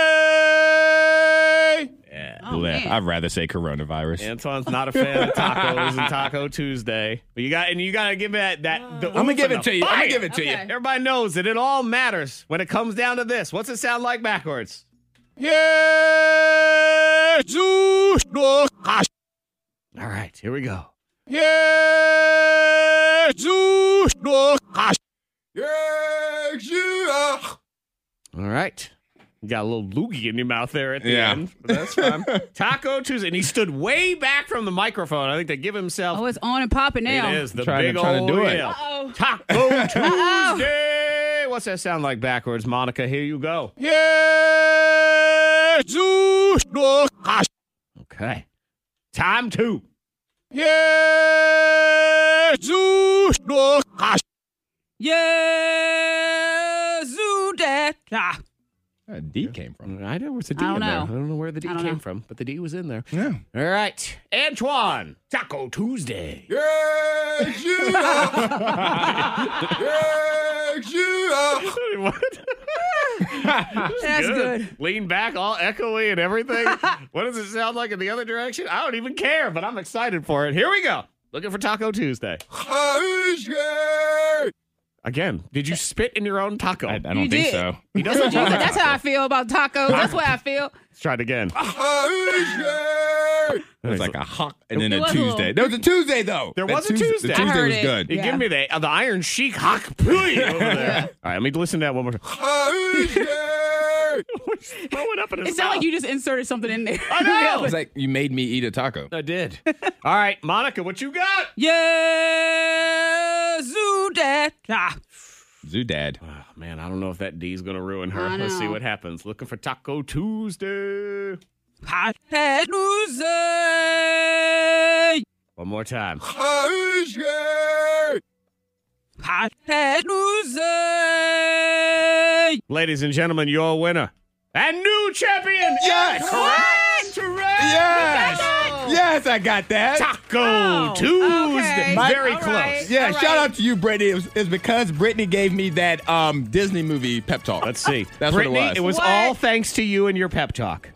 Speaker 6: Yeah,
Speaker 7: Oh,
Speaker 6: bleh.
Speaker 7: man.
Speaker 6: I'd rather say coronavirus.
Speaker 5: Antoine's not a fan of tacos and Taco Tuesday. But you got and you gotta give that that the
Speaker 6: I'm gonna
Speaker 5: oomph
Speaker 6: give
Speaker 5: and
Speaker 6: it
Speaker 5: the
Speaker 6: to you. I'm
Speaker 5: fire.
Speaker 6: gonna give it to
Speaker 7: Okay.
Speaker 5: Everybody knows that it all matters when it comes down to this. What's it sound like backwards?
Speaker 6: you. Jesus Christ.
Speaker 5: All right, here we go.
Speaker 6: Jesus Christ. Jesus.
Speaker 5: All right. You got a little loogie in your mouth there at the
Speaker 6: Yeah.
Speaker 5: end. but That's fine. Taco Tuesday. And he stood way back from the microphone. I think they give himself
Speaker 7: Oh, it's on and popping now.
Speaker 5: It is the
Speaker 6: Trying to-
Speaker 5: big
Speaker 6: trying
Speaker 5: old
Speaker 6: to do it.
Speaker 5: yell.
Speaker 7: Uh-oh. Oh,
Speaker 5: Taco Tuesday. What's that sound like backwards, Monica? Here you go.
Speaker 6: Jesus Christ.
Speaker 5: Okay. Time two.
Speaker 6: Jesus Christ.
Speaker 7: Yeah, Zoo Day. Ah,
Speaker 6: D came from?
Speaker 5: I know where's the D
Speaker 7: I don't
Speaker 5: in there.
Speaker 7: know.
Speaker 5: I don't know where the D
Speaker 7: I
Speaker 5: came
Speaker 7: don't know.
Speaker 5: from, but the D was in there.
Speaker 6: Yeah.
Speaker 5: All right, Antoine, Taco Tuesday.
Speaker 6: Yes, you yes, you
Speaker 5: what?
Speaker 7: That's good.
Speaker 5: Lean back, all echoey and everything. what does it sound like in the other direction? I don't even care, but I'm excited for it. Here we go. Looking for Taco Tuesday. Again, did you spit in your own taco?
Speaker 6: I, I don't
Speaker 7: You
Speaker 6: think
Speaker 7: did.
Speaker 6: so.
Speaker 5: He doesn't want
Speaker 7: That's how I feel about tacos. That's what I feel.
Speaker 5: Let's try it again.
Speaker 7: Oh,
Speaker 6: It was like a hawk and then
Speaker 7: It
Speaker 6: a
Speaker 7: was a little-
Speaker 6: Tuesday. There was a Tuesday though.
Speaker 5: There
Speaker 6: That
Speaker 5: was a
Speaker 6: Tuesday-
Speaker 5: Tuesday.
Speaker 6: The
Speaker 5: I
Speaker 6: Tuesday
Speaker 7: heard
Speaker 6: was
Speaker 7: it.
Speaker 6: good.
Speaker 5: You
Speaker 7: Yeah.
Speaker 5: give me the uh, the Iron Sheik hawk pui over there. All right, let me listen to that one more time. Throw it up in his
Speaker 7: It sounded
Speaker 5: mouth.
Speaker 7: like you just inserted something in there.
Speaker 5: I know.
Speaker 6: It was like you made me eat a taco.
Speaker 5: I did. All right, Monica, what you got?
Speaker 7: Yeah, zoo that. Ah.
Speaker 6: Zoo dad.
Speaker 5: Oh, man, I don't know if that D's gonna ruin her.
Speaker 7: I
Speaker 5: Let's see
Speaker 7: know.
Speaker 5: what happens. Looking for Taco Tuesday.
Speaker 7: Hashtag Tuesday.
Speaker 5: One more time.
Speaker 7: Hashtag Tuesday.
Speaker 5: Ladies and gentlemen, your winner and new champion. Yes, correct, correct.
Speaker 6: Yes. Yes, I got that.
Speaker 5: Taco
Speaker 7: Oh,
Speaker 5: Tuesday.
Speaker 7: okay.
Speaker 5: Very
Speaker 7: All
Speaker 5: close.
Speaker 7: right.
Speaker 6: Yeah,
Speaker 7: All
Speaker 6: shout
Speaker 7: right.
Speaker 6: out to you, Brittany. It was, it's because Brittany gave me that um, Disney movie pep talk.
Speaker 5: Let's see.
Speaker 6: That's what it
Speaker 5: Brittany,
Speaker 6: was.
Speaker 5: It was
Speaker 7: What?
Speaker 5: all thanks to you and your pep talk.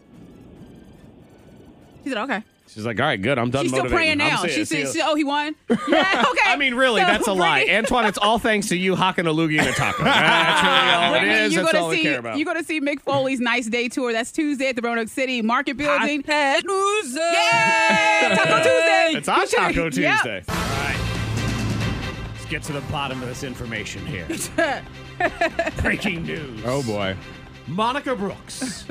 Speaker 7: She said, okay.
Speaker 5: She's like, all right, good. I'm done
Speaker 7: She's still praying
Speaker 5: motivating. I'm
Speaker 7: now.
Speaker 5: serious.
Speaker 7: She said,
Speaker 5: See
Speaker 7: she,
Speaker 5: ya.
Speaker 7: oh, he won? Yeah, okay.
Speaker 5: I mean, really,
Speaker 7: So,
Speaker 5: that's a lie.
Speaker 7: Brittany-
Speaker 5: Antoine, it's all thanks to you hawking a loogie and a taco. that's really all
Speaker 7: Brittany,
Speaker 5: it is.
Speaker 7: You're
Speaker 5: That's
Speaker 7: gonna
Speaker 5: all
Speaker 7: see,
Speaker 5: I care about.
Speaker 7: You're going to see Mick Foley's Nice Day Tour. That's Tuesday at the Roanoke City Market Building. Hashtag Tuesday. Yeah, Taco Tuesday.
Speaker 5: It's our Taco
Speaker 7: Yeah.
Speaker 5: Tuesday. All right. Let's get to the bottom of this information here. Breaking news.
Speaker 6: Oh boy.
Speaker 5: Monica Brooks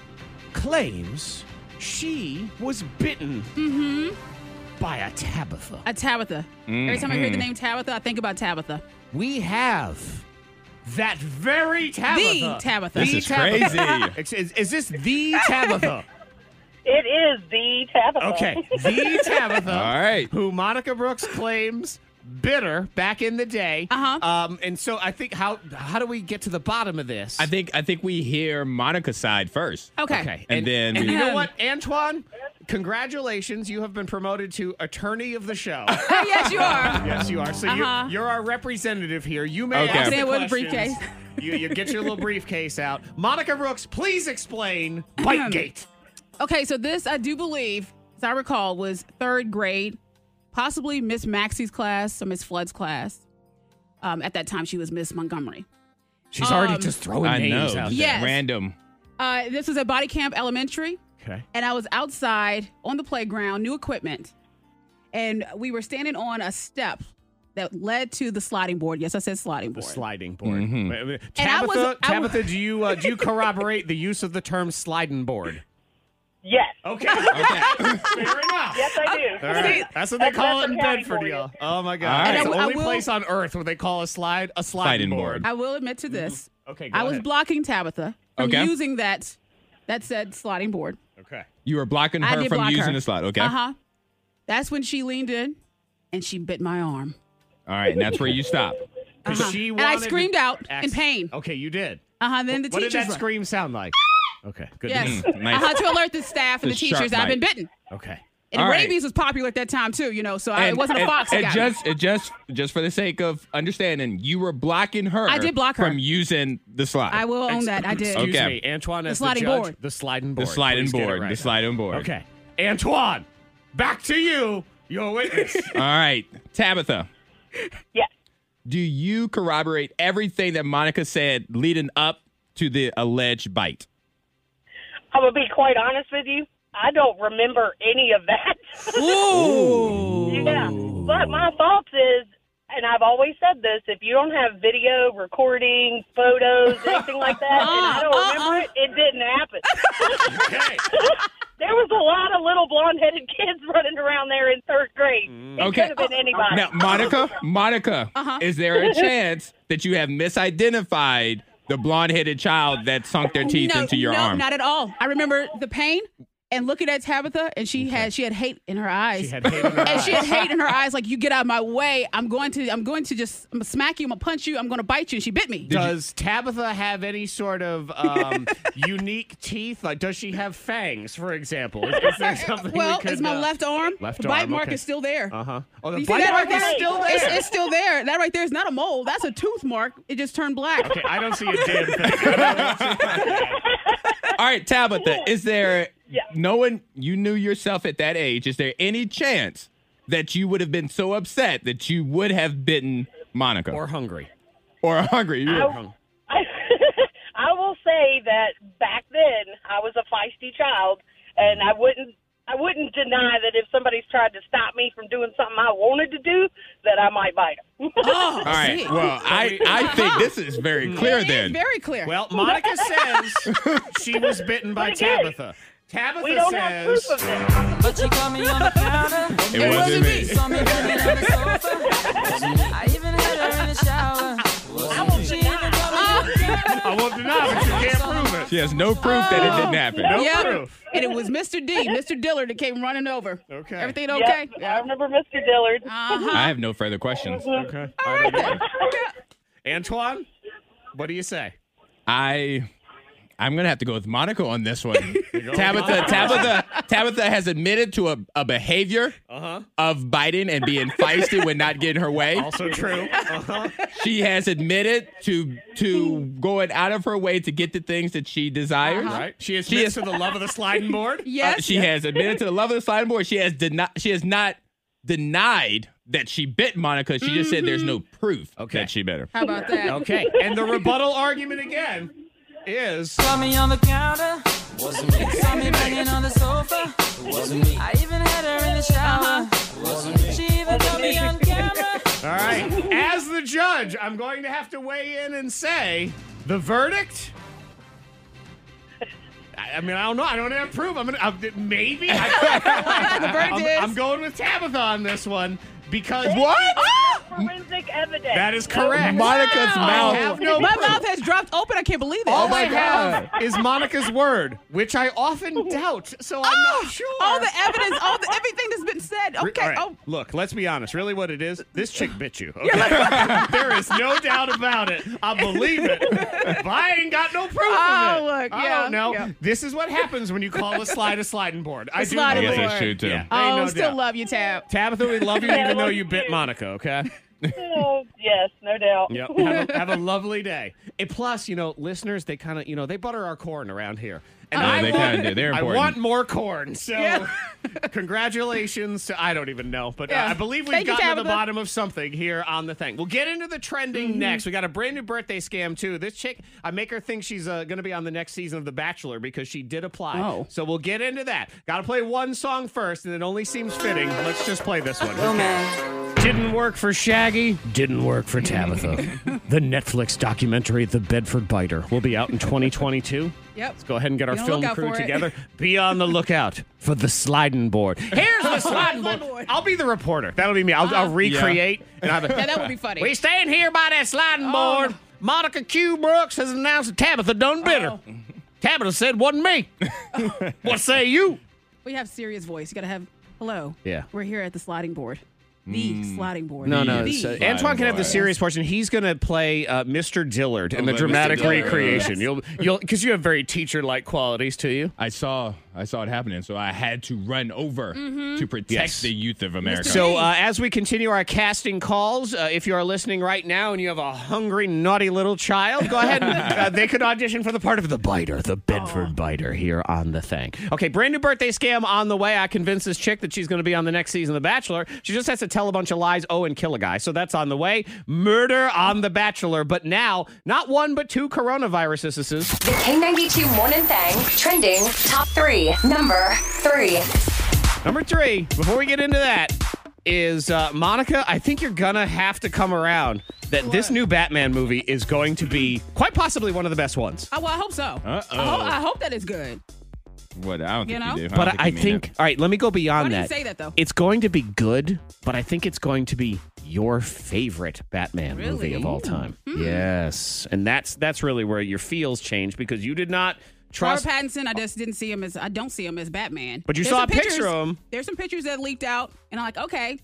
Speaker 5: claims she was bitten by a Tabitha.
Speaker 7: A Tabitha. Every time I hear the
Speaker 5: Mm-hmm.
Speaker 7: name Tabitha, I think about Tabitha.
Speaker 5: We have that very Tabitha.
Speaker 7: Tabitha.
Speaker 5: The
Speaker 7: This
Speaker 6: is
Speaker 5: Tabitha.
Speaker 6: crazy.
Speaker 5: Ex- Is, is this the Tabitha?
Speaker 3: It is the Tabitha.
Speaker 5: Okay, the Tabitha.
Speaker 6: All right.
Speaker 5: who Monica Brooks claims bitter back in the day.
Speaker 7: Uh-huh.
Speaker 5: Um, and so I think how how do we get to the bottom of this?
Speaker 6: I think I think we hear Monica's side first.
Speaker 7: Okay.
Speaker 5: Okay.
Speaker 6: And then
Speaker 5: and
Speaker 6: we-
Speaker 5: you know what, Antoine? Congratulations, you have been promoted to attorney of the show.
Speaker 7: Oh, yes, you are.
Speaker 5: yes, you are. So
Speaker 7: Uh-huh.
Speaker 5: you, you're our representative here. You may
Speaker 6: Okay.
Speaker 5: ask the
Speaker 7: Stand with a
Speaker 5: questions.
Speaker 7: briefcase.
Speaker 5: you, you get your little briefcase out. Monica Brooks, please explain Bitegate.
Speaker 7: Okay, so this I do believe, as I recall, was third grade, possibly Miss Maxie's class or Miss Flood's class. Um, at that time, she was Miss Montgomery.
Speaker 5: She's already
Speaker 7: Um,
Speaker 5: just throwing
Speaker 6: I
Speaker 5: names
Speaker 6: know.
Speaker 5: out
Speaker 7: Yeah. Yes.
Speaker 6: Random.
Speaker 7: Uh, this was at Body Camp Elementary,
Speaker 5: there. Okay.
Speaker 7: and I was outside on the playground, new equipment, and we were standing on a step that led to the sliding board. Yes, I said sliding
Speaker 5: The
Speaker 7: board.
Speaker 5: sliding board.
Speaker 6: Mm-hmm.
Speaker 5: Wait, wait.
Speaker 7: And I
Speaker 5: Tabitha,
Speaker 7: was- I was-
Speaker 5: Tabitha, do you uh, do you corroborate the use of the term sliding board?
Speaker 3: Yes.
Speaker 5: Okay. okay. Fair enough.
Speaker 3: Yes, I do.
Speaker 5: All right. That's what they
Speaker 3: That's
Speaker 5: call it
Speaker 3: Bedford
Speaker 5: in
Speaker 3: County
Speaker 5: Bedford,
Speaker 3: for you.
Speaker 5: y'all. Oh my
Speaker 6: All
Speaker 5: God!
Speaker 6: right.
Speaker 5: It's
Speaker 7: And
Speaker 5: the
Speaker 7: I- I
Speaker 5: only
Speaker 7: will-
Speaker 5: place on earth where they call a slide a sliding,
Speaker 6: Sliding
Speaker 5: board.
Speaker 6: board.
Speaker 7: I will admit to
Speaker 6: Mm-hmm.
Speaker 7: this,
Speaker 5: Okay, go
Speaker 7: I was
Speaker 5: ahead.
Speaker 7: blocking Tabitha from
Speaker 6: Okay.
Speaker 7: using that that said sliding board.
Speaker 5: Okay.
Speaker 6: You were blocking
Speaker 7: I
Speaker 6: her
Speaker 7: did
Speaker 6: from
Speaker 7: block
Speaker 6: using
Speaker 7: her.
Speaker 6: the slide. Okay.
Speaker 7: Uh huh. That's when she leaned in and she bit my arm.
Speaker 6: All right. And that's where you stop.
Speaker 5: 'Cause she
Speaker 7: Uh-huh. And I
Speaker 5: wanted to-
Speaker 7: screamed out in
Speaker 5: Ex-
Speaker 7: pain.
Speaker 5: Okay, you did.
Speaker 7: Uh huh. Then the
Speaker 5: what did
Speaker 7: teachers.
Speaker 5: that
Speaker 7: were-
Speaker 5: scream sound like? Okay. Good. to
Speaker 7: Yes.
Speaker 5: know.
Speaker 6: Mm, nice.
Speaker 7: I had to alert the staff and
Speaker 6: The
Speaker 7: the teachers.
Speaker 6: sharp
Speaker 7: I've been
Speaker 6: bite.
Speaker 7: bitten.
Speaker 5: Okay.
Speaker 7: And
Speaker 6: All right.
Speaker 7: rabies was popular at that time too, you know. So I, Uh, it wasn't a
Speaker 6: and-
Speaker 7: fox. that
Speaker 6: and
Speaker 7: got me.
Speaker 6: just, and just, just for the sake of understanding, you were blocking her.
Speaker 7: I did block her.
Speaker 6: from using the slide.
Speaker 7: I will own that. I did.
Speaker 5: Excuse
Speaker 6: Okay.
Speaker 5: me, Antoine. As the
Speaker 7: sliding
Speaker 5: judge,
Speaker 7: board.
Speaker 5: The sliding
Speaker 6: The
Speaker 5: board.
Speaker 6: sliding
Speaker 5: Please get it
Speaker 6: board.
Speaker 5: right.
Speaker 6: The sliding board.
Speaker 5: Okay. Antoine, back to you. Your witness.
Speaker 6: All right, Tabitha.
Speaker 3: Yes.
Speaker 6: Do you corroborate everything that Monica said leading up to the alleged bite?
Speaker 3: I'm gonna be quite honest with you. I don't remember any of that. Ooh. yeah. But my thoughts is, and I've always said this: if you don't have video, recording, photos, anything like that, and I don't remember it, it didn't happen.
Speaker 5: okay.
Speaker 3: there was a lot of little blonde-headed kids running around there in third grade. It
Speaker 6: Okay.
Speaker 3: could have been anybody.
Speaker 6: Now, Monica, Monica,
Speaker 7: Uh-huh.
Speaker 6: is there a chance that you have misidentified the blonde-headed child that sunk their teeth
Speaker 7: no,
Speaker 6: into your
Speaker 7: no,
Speaker 6: arm?
Speaker 7: not at all. I remember the pain and looking at Tabitha, and she had she had hate in her eyes.
Speaker 5: She had hate in her
Speaker 7: and she had
Speaker 5: eyes.
Speaker 7: hate in her eyes, like you get out of my way. I'm going to I'm going to just I'm gonna smack you. I'm gonna punch you. I'm gonna bite you. And she bit me.
Speaker 5: Does Tabitha have any sort of um, unique teeth? Like, does she have fangs, for example? Is, is there something we
Speaker 7: well,
Speaker 5: could,
Speaker 7: is my
Speaker 5: uh,
Speaker 7: left arm?
Speaker 5: Left
Speaker 7: the bite
Speaker 5: arm,
Speaker 7: mark
Speaker 5: okay.
Speaker 7: is still there.
Speaker 5: Uh huh. Oh, the
Speaker 7: You see
Speaker 5: bite
Speaker 7: that
Speaker 5: mark
Speaker 7: right
Speaker 5: is
Speaker 7: there?
Speaker 5: still there.
Speaker 7: It's, it's still there. That right there is not a mole. That's a tooth mark. It just turned black.
Speaker 5: okay, I don't see a damn thing.
Speaker 6: All right, Tabitha, is there knowing you knew yourself at that age, is there any chance that you would have been so upset that you would have bitten Monica
Speaker 5: Or
Speaker 6: or,
Speaker 5: hungry.
Speaker 6: hungry? You-
Speaker 5: hung-
Speaker 3: Oh, I, I will say that back then I was a feisty child, and I wouldn't I wouldn't deny that if somebody's tried to stop me from doing something I wanted to do, that I might bite them.
Speaker 7: Oh,
Speaker 6: All right.
Speaker 7: see.
Speaker 6: Well, I, I think this is very clear
Speaker 7: It is
Speaker 6: then.
Speaker 7: very clear.
Speaker 5: Well, Monica says she was bitten by
Speaker 3: But again,
Speaker 5: Tabitha. Tabitha
Speaker 3: we don't have
Speaker 5: says.
Speaker 3: proof of this.
Speaker 9: But she caught me on the counter.
Speaker 6: it wasn't me.
Speaker 9: Saw me hanging on the sofa. I even had her in the shower. She even caught me on the counter.
Speaker 5: I won't deny, but you can't prove it.
Speaker 6: She has no proof that it
Speaker 7: Uh-huh.
Speaker 6: didn't happen.
Speaker 5: No
Speaker 7: Yep.
Speaker 5: proof.
Speaker 7: And it was Mr. D, Mr. Dillard, that came running over.
Speaker 5: Okay. Uh,
Speaker 7: Everything
Speaker 3: Yep,
Speaker 7: okay?
Speaker 3: I remember Mr. Dillard.
Speaker 7: Uh-huh.
Speaker 6: I have no further questions.
Speaker 5: Okay. I don't know. Antoine, what do you say?
Speaker 6: I I'm gonna have to go with Monica on this one. Tabitha, Tabitha, Tabitha has admitted to a, a behavior
Speaker 5: Uh-huh.
Speaker 6: of biting and being feisty when not getting her way.
Speaker 5: Also true. Uh-huh.
Speaker 6: She has admitted to to going out of her way to get the things that she desires.
Speaker 5: Right? She is
Speaker 6: She
Speaker 5: she
Speaker 6: is-
Speaker 5: to the love of the sliding board.
Speaker 6: Uh,
Speaker 7: Uh-huh. Yes.
Speaker 6: she has admitted to the love of the sliding board. She has denied. She has not denied that she bit Monica. She just said there's
Speaker 7: Mm-hmm.
Speaker 6: no proof
Speaker 5: Okay.
Speaker 6: that she bit her.
Speaker 7: How about that?
Speaker 5: Okay. And the rebuttal argument again is
Speaker 9: Saw me on the counter. Wasn't me. Saw me banging on the sofa. Wasn't me. I even had her in the shower. Wasn't me. She even caught me on camera.
Speaker 5: all right. As the judge, I'm going to have to weigh in and say the verdict. I I mean, I don't know. I don't have proof. I'm gonna I'm, maybe. I,
Speaker 7: The verdict
Speaker 5: I'm,
Speaker 7: is-
Speaker 5: I'm going with Tabitha on this one because
Speaker 3: Forensic evidence.
Speaker 5: That is correct.
Speaker 6: Oh, Monica's
Speaker 5: Ah! I
Speaker 6: mouth.
Speaker 5: have no
Speaker 7: my
Speaker 5: proof.
Speaker 7: mouth has dropped open. I can't believe it. Oh
Speaker 5: All I have is Monica's word, which I often doubt, so I'm not sure.
Speaker 7: Ah, All the evidence, all the everything that's been said.
Speaker 5: Re-
Speaker 7: Okay.
Speaker 5: all right,
Speaker 7: Oh,
Speaker 5: Look, let's be honest. Really, what it is, this chick bit you. Okay? there is no doubt about it. I believe it. But I ain't got no proof of
Speaker 7: Oh,
Speaker 5: it.
Speaker 7: look,
Speaker 5: I
Speaker 7: yeah,
Speaker 5: don't know.
Speaker 7: yeah.
Speaker 5: This is what happens when you call a slide a sliding board. I do
Speaker 7: sliding
Speaker 5: believe
Speaker 7: board.
Speaker 5: it.
Speaker 7: Lord.
Speaker 6: true too.
Speaker 5: Yeah. ain't
Speaker 7: oh
Speaker 5: no
Speaker 7: still
Speaker 5: doubt.
Speaker 7: love you, Tab.
Speaker 5: Tabitha, we love you even though
Speaker 3: love
Speaker 5: you bit
Speaker 3: you.
Speaker 5: Monica, okay?
Speaker 3: Oh, yes, no doubt.
Speaker 5: Yep. Have a, have a lovely day. And plus, you know, listeners, they kind of, you know, they butter our corn around here. And
Speaker 6: No,
Speaker 5: I
Speaker 6: they
Speaker 5: want-
Speaker 6: kinda do. They're
Speaker 5: I
Speaker 6: important.
Speaker 5: want more corn. So,
Speaker 7: Yeah.
Speaker 5: congratulations to I don't even know, but uh,
Speaker 7: Yeah.
Speaker 5: I believe we've
Speaker 7: Thank you,
Speaker 5: gotten to the
Speaker 7: Tabitha. Mm-hmm.
Speaker 5: bottom of something here on the thing. We'll get into the trending next. We got a brand new birthday scam too. This chick, I make her think she's uh, going to be on the next season of The Bachelor because she did apply.
Speaker 7: Oh.
Speaker 5: So we'll get into that. Got to play one song first, and it only seems fitting. Let's just play this one. Who cares? Didn't work for Shaggy, didn't work for Tabitha. the Netflix documentary The Bedford Biter will be out in 2022.
Speaker 7: Yep.
Speaker 5: Let's go ahead and get our
Speaker 7: Be on the
Speaker 5: film
Speaker 7: lookout
Speaker 5: crew
Speaker 7: for it.
Speaker 5: together. Be on the lookout for the sliding board. Here's the sliding board.
Speaker 7: board. Uh-huh.
Speaker 5: I'll be the reporter. That'll be me. I'll, I'll recreate. And I'll be,
Speaker 7: Yeah, that would be Oh, funny.
Speaker 5: we stand here by that sliding board. Monica Q. Brooks has announced that Tabitha done bit her. Tabitha said, wasn't me. what say you?
Speaker 7: We have serious voice. You gotta have hello.
Speaker 5: Yeah. Hmm.
Speaker 7: We're here at the sliding board. The sliding board.
Speaker 5: No, no.
Speaker 7: The-
Speaker 5: it's, uh,
Speaker 6: Fine,
Speaker 5: Antoine can have the
Speaker 6: boy.
Speaker 5: serious portion. He's going to play uh, Mr. Dillard in the
Speaker 6: my Mr.
Speaker 5: dramatic
Speaker 6: Dillard.
Speaker 5: recreation. You'll, you'll, because you have very teacher-like qualities to you.
Speaker 6: I saw I saw it happening, so I had to run over
Speaker 7: Mm-hmm.
Speaker 6: to protect
Speaker 5: Yes.
Speaker 6: the youth of America.
Speaker 5: So uh, as we continue our casting calls, uh, if you are listening right now and you have a hungry, naughty little child, go ahead. And, uh, they could audition for the part of the biter, the Bedford biter, here on the thing. Okay, brand new birthday scam on the way. I convinced this chick that she's going to be on the next season of The Bachelor. She just has to tell a bunch of lies. Oh, and kill a guy. So that's on the way. Murder on The Bachelor. But now, not one but two coronavirus instances.
Speaker 2: The K92 Morning Thang trending top three. Number three.
Speaker 5: Number three, before we get into that, is uh, Monica, I think you're gonna have to come around that this new Batman movie is going to be quite possibly one of the best ones.
Speaker 7: Oh, well, I hope so. I,
Speaker 6: Uh-oh.
Speaker 7: hope, I hope that is good.
Speaker 6: what I don't
Speaker 7: You
Speaker 6: think
Speaker 7: know?
Speaker 6: you do.
Speaker 5: But
Speaker 6: don't
Speaker 5: I, I
Speaker 6: you mean
Speaker 5: think, all right, let me go beyond
Speaker 7: Why did
Speaker 5: that.
Speaker 7: you say that though?
Speaker 5: It's going to be good, but I think it's going to be your favorite Batman movie
Speaker 7: Really? Hmm.
Speaker 5: of all time. Yes, and that's that's really where your feels change because you did not Trust-
Speaker 7: Robert Pattinson, I just didn't see him as I don't see him as Batman.
Speaker 5: But you saw
Speaker 7: some
Speaker 5: a picture of him.
Speaker 7: There's some pictures that leaked out, and I'm like, okay,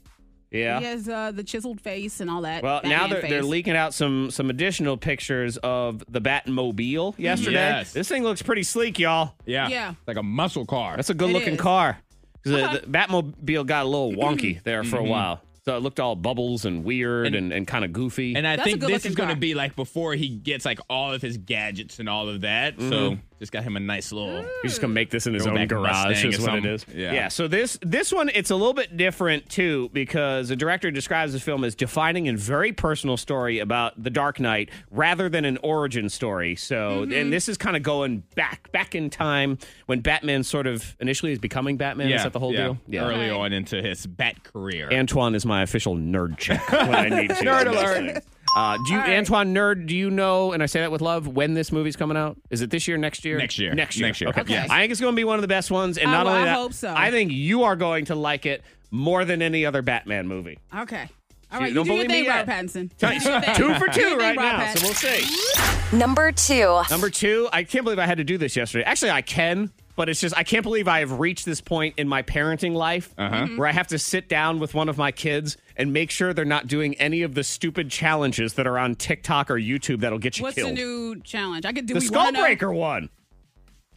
Speaker 5: Yeah.
Speaker 7: he has uh, the chiseled face and all that.
Speaker 5: Well, now
Speaker 7: Batman
Speaker 5: they're, they're
Speaker 7: face.
Speaker 5: leaking out some some additional pictures of the Batmobile yesterday.
Speaker 6: Yes.
Speaker 5: This thing looks pretty sleek, y'all.
Speaker 6: Yeah.
Speaker 7: Yeah.
Speaker 6: Like a muscle car.
Speaker 5: That's a good
Speaker 7: It
Speaker 5: looking
Speaker 7: is.
Speaker 5: car. 'Cause The, the Batmobile got a little wonky there for
Speaker 6: Mm-hmm.
Speaker 5: a while. So it looked all bubbles and weird and, and, kind of goofy.
Speaker 6: and I
Speaker 7: That's a
Speaker 6: think this
Speaker 7: good-looking
Speaker 6: is going to
Speaker 7: car.
Speaker 6: be like before he gets like all of his gadgets and all of that. So just got him a nice little.
Speaker 7: Mm.
Speaker 5: He's just gonna make this in his own
Speaker 6: Throwback
Speaker 5: garage,
Speaker 6: Mustang
Speaker 5: is
Speaker 6: or
Speaker 5: what it
Speaker 6: something.
Speaker 5: is.
Speaker 6: Yeah.
Speaker 5: So this this one, it's a little bit different too, because the director describes the film as defining and very personal story about the Dark Knight, rather than an origin story. So, and this is kind of going back back in time when Batman sort of initially is becoming Batman. Is that the whole
Speaker 6: yeah.
Speaker 5: deal?
Speaker 6: Early on into his bat career.
Speaker 5: Antoine is my official nerd check when I need to.
Speaker 6: Nerd
Speaker 5: on these
Speaker 6: alert.
Speaker 5: things. Uh, do you, Antoine, nerd? Do you know? And I say that with love. When this movie's coming out? Is it this year? Next year?
Speaker 6: Next year.
Speaker 5: Next year.
Speaker 6: Next year.
Speaker 5: Okay.
Speaker 6: Okay. Yes.
Speaker 5: I think it's going to be one of the best ones, and
Speaker 7: I-
Speaker 5: not
Speaker 7: well,
Speaker 5: only
Speaker 7: I
Speaker 5: that,
Speaker 7: hope so.
Speaker 5: I think you are going to like it more than any other Batman movie.
Speaker 7: okay. All right, you,
Speaker 5: don't
Speaker 7: do your
Speaker 5: believe me
Speaker 7: thing,
Speaker 5: yet.
Speaker 7: Robert Pattinson.
Speaker 5: Nice.
Speaker 7: You do your thing.
Speaker 5: two for
Speaker 7: Do
Speaker 5: two
Speaker 7: your
Speaker 5: right
Speaker 7: thing, Robert
Speaker 5: now,
Speaker 7: Pattinson.
Speaker 5: so we'll see.
Speaker 2: Number two.
Speaker 5: Number two, I can't believe I had to do this yesterday. Actually, I can, but it's just I can't believe I have reached this point in my parenting life
Speaker 7: Mm-hmm.
Speaker 5: where I have to sit down with one of my kids and make sure they're not doing any of the stupid challenges that are on TikTok or YouTube that'll get you
Speaker 7: What's
Speaker 5: killed.
Speaker 7: the new challenge? I could do
Speaker 5: the
Speaker 7: we wanna know?
Speaker 5: Skullbreaker one.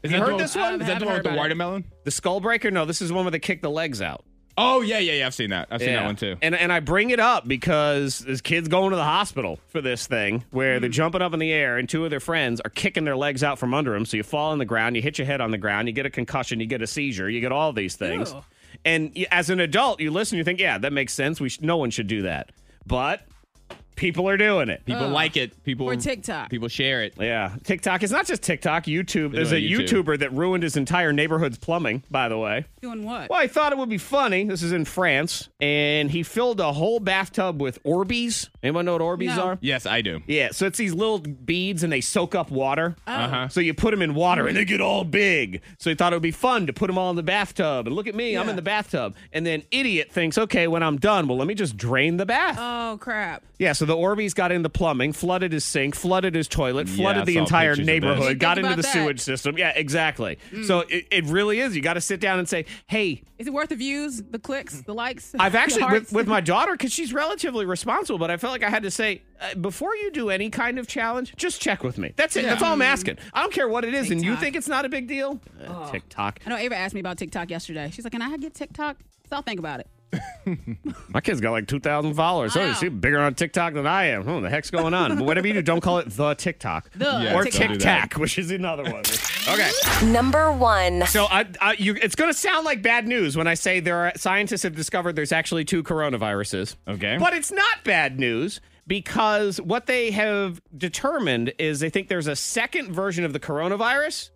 Speaker 6: Is
Speaker 5: You
Speaker 6: that
Speaker 5: heard
Speaker 6: the
Speaker 5: this one?
Speaker 6: Is that the
Speaker 7: Haven't
Speaker 6: one
Speaker 7: heard
Speaker 6: with the
Speaker 7: about it.
Speaker 6: watermelon?
Speaker 5: The Skullbreaker? No, this is the one where they kick the legs out.
Speaker 6: Oh yeah, yeah, yeah. I've seen that. I've seen that one too.
Speaker 5: And uh, and I bring it up because this kid's going to the hospital for this thing where they're jumping up in the air and two of their friends are kicking their legs out from under them. So you fall on the ground, you hit your head on the ground, you get a concussion, you get a seizure, you get all these things.
Speaker 7: Ew.
Speaker 5: And you, as an adult, you listen, you think, yeah, that makes sense. We sh- no one should do that, but people are doing it.
Speaker 6: people like it. People
Speaker 7: Or TikTok.
Speaker 6: People share it.
Speaker 5: Yeah, TikTok. It's not just TikTok. YouTube. There's a
Speaker 6: doing YouTube.
Speaker 5: YouTuber that ruined his entire neighborhood's plumbing. By the way.
Speaker 7: Doing what?
Speaker 5: Well, I thought it would be funny. This is in France, and he filled a whole bathtub with Orbeez. Anyone know what Orbeez
Speaker 7: No.
Speaker 5: are?
Speaker 6: Yes, I do.
Speaker 5: Yeah, so it's these little beads and they soak up water.
Speaker 7: Oh.
Speaker 5: Uh-huh. So you put them in water and they get all big. So he thought it would be fun to put them all in the bathtub. And look at me, I'm in the bathtub. And then idiot thinks, okay, when I'm done, well, let me just drain the bath.
Speaker 7: Oh crap!
Speaker 5: yeah, so the Orbeez got in the plumbing, flooded his sink, flooded his toilet,
Speaker 6: Yeah,
Speaker 5: flooded
Speaker 6: I
Speaker 5: the
Speaker 6: saw
Speaker 5: entire
Speaker 6: pictures of this.
Speaker 5: neighborhood,
Speaker 7: Think
Speaker 5: got into
Speaker 7: about
Speaker 5: the
Speaker 7: that. Mm.
Speaker 5: sewage system. Yeah, exactly. So it, it really is. You got to sit down and say, hey,
Speaker 7: Is it worth the views, the clicks, the likes?
Speaker 5: I've
Speaker 7: the
Speaker 5: actually with,
Speaker 7: hearts?
Speaker 5: with my daughter because she's relatively responsible, but I felt like I had to say uh, before you do any kind of challenge, just check with me. That's it. That's all I'm asking. I don't care what it is, and you
Speaker 7: TikTok.
Speaker 5: think it's not a big deal. Uh, TikTok.
Speaker 7: I know Ava asked me about TikTok yesterday. She's like, "Can I get TikTok?" So I'll think about it.
Speaker 5: My kid's got like two thousand followers.
Speaker 7: I
Speaker 5: So
Speaker 7: know.
Speaker 5: she's bigger on TikTok than I am. What the heck's going on? but whatever you do, don't call it the TikTok
Speaker 7: The
Speaker 6: Yeah,
Speaker 5: or
Speaker 6: don't do
Speaker 5: Tic
Speaker 7: TikTok.
Speaker 5: Tac, which is another one. okay.
Speaker 2: Number one.
Speaker 5: So I, I, you, it's going to sound like bad news when I say there are scientists have discovered there's actually two coronaviruses.
Speaker 6: Okay.
Speaker 5: But it's not bad news because what they have determined is they think there's a second version of the coronavirus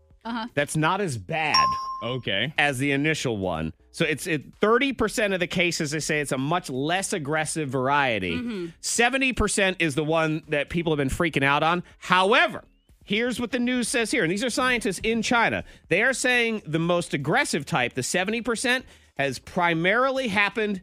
Speaker 5: that's not as bad
Speaker 6: Okay.
Speaker 5: as the initial one. So it's it, 30% of the cases they say it's a much less aggressive variety. 70% is the one that people have been freaking out on. However, here's what the news says here. And these are scientists in China. They are saying the most aggressive type, the 70%, has primarily happened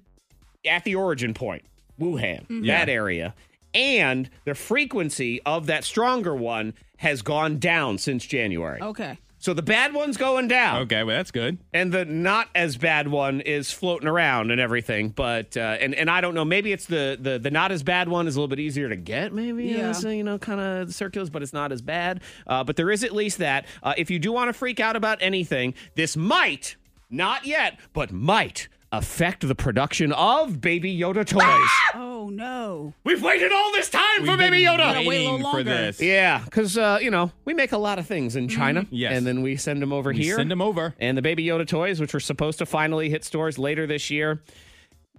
Speaker 5: at the origin point, Wuhan, that area. And the frequency of that stronger one has gone down since January.
Speaker 7: Okay.
Speaker 5: So the bad one's going down
Speaker 6: Okay. Well, that's good.
Speaker 5: and the not as bad one is floating around and everything but uh, and and I don't know maybe it's the the the not as bad one is a little bit easier to get maybe
Speaker 7: Yeah.
Speaker 5: uh, so, you know kind of circulars but it's not as bad uh, but there is at least that uh, if you do want to freak out about anything this might not yet but might affect the production of baby Yoda toys
Speaker 7: Oh no!
Speaker 5: we've waited all this time for
Speaker 6: We've
Speaker 5: baby
Speaker 6: been
Speaker 5: Yoda
Speaker 7: Gotta wait a little
Speaker 6: waiting for
Speaker 7: longer.
Speaker 6: this.
Speaker 5: yeah because uh, you know we make a lot of things in China
Speaker 6: Mm-hmm. Yes.
Speaker 5: and then we send them over
Speaker 6: We
Speaker 5: here
Speaker 6: Send them over.
Speaker 5: and the Baby Yoda toys, which were supposed to finally hit stores later this year,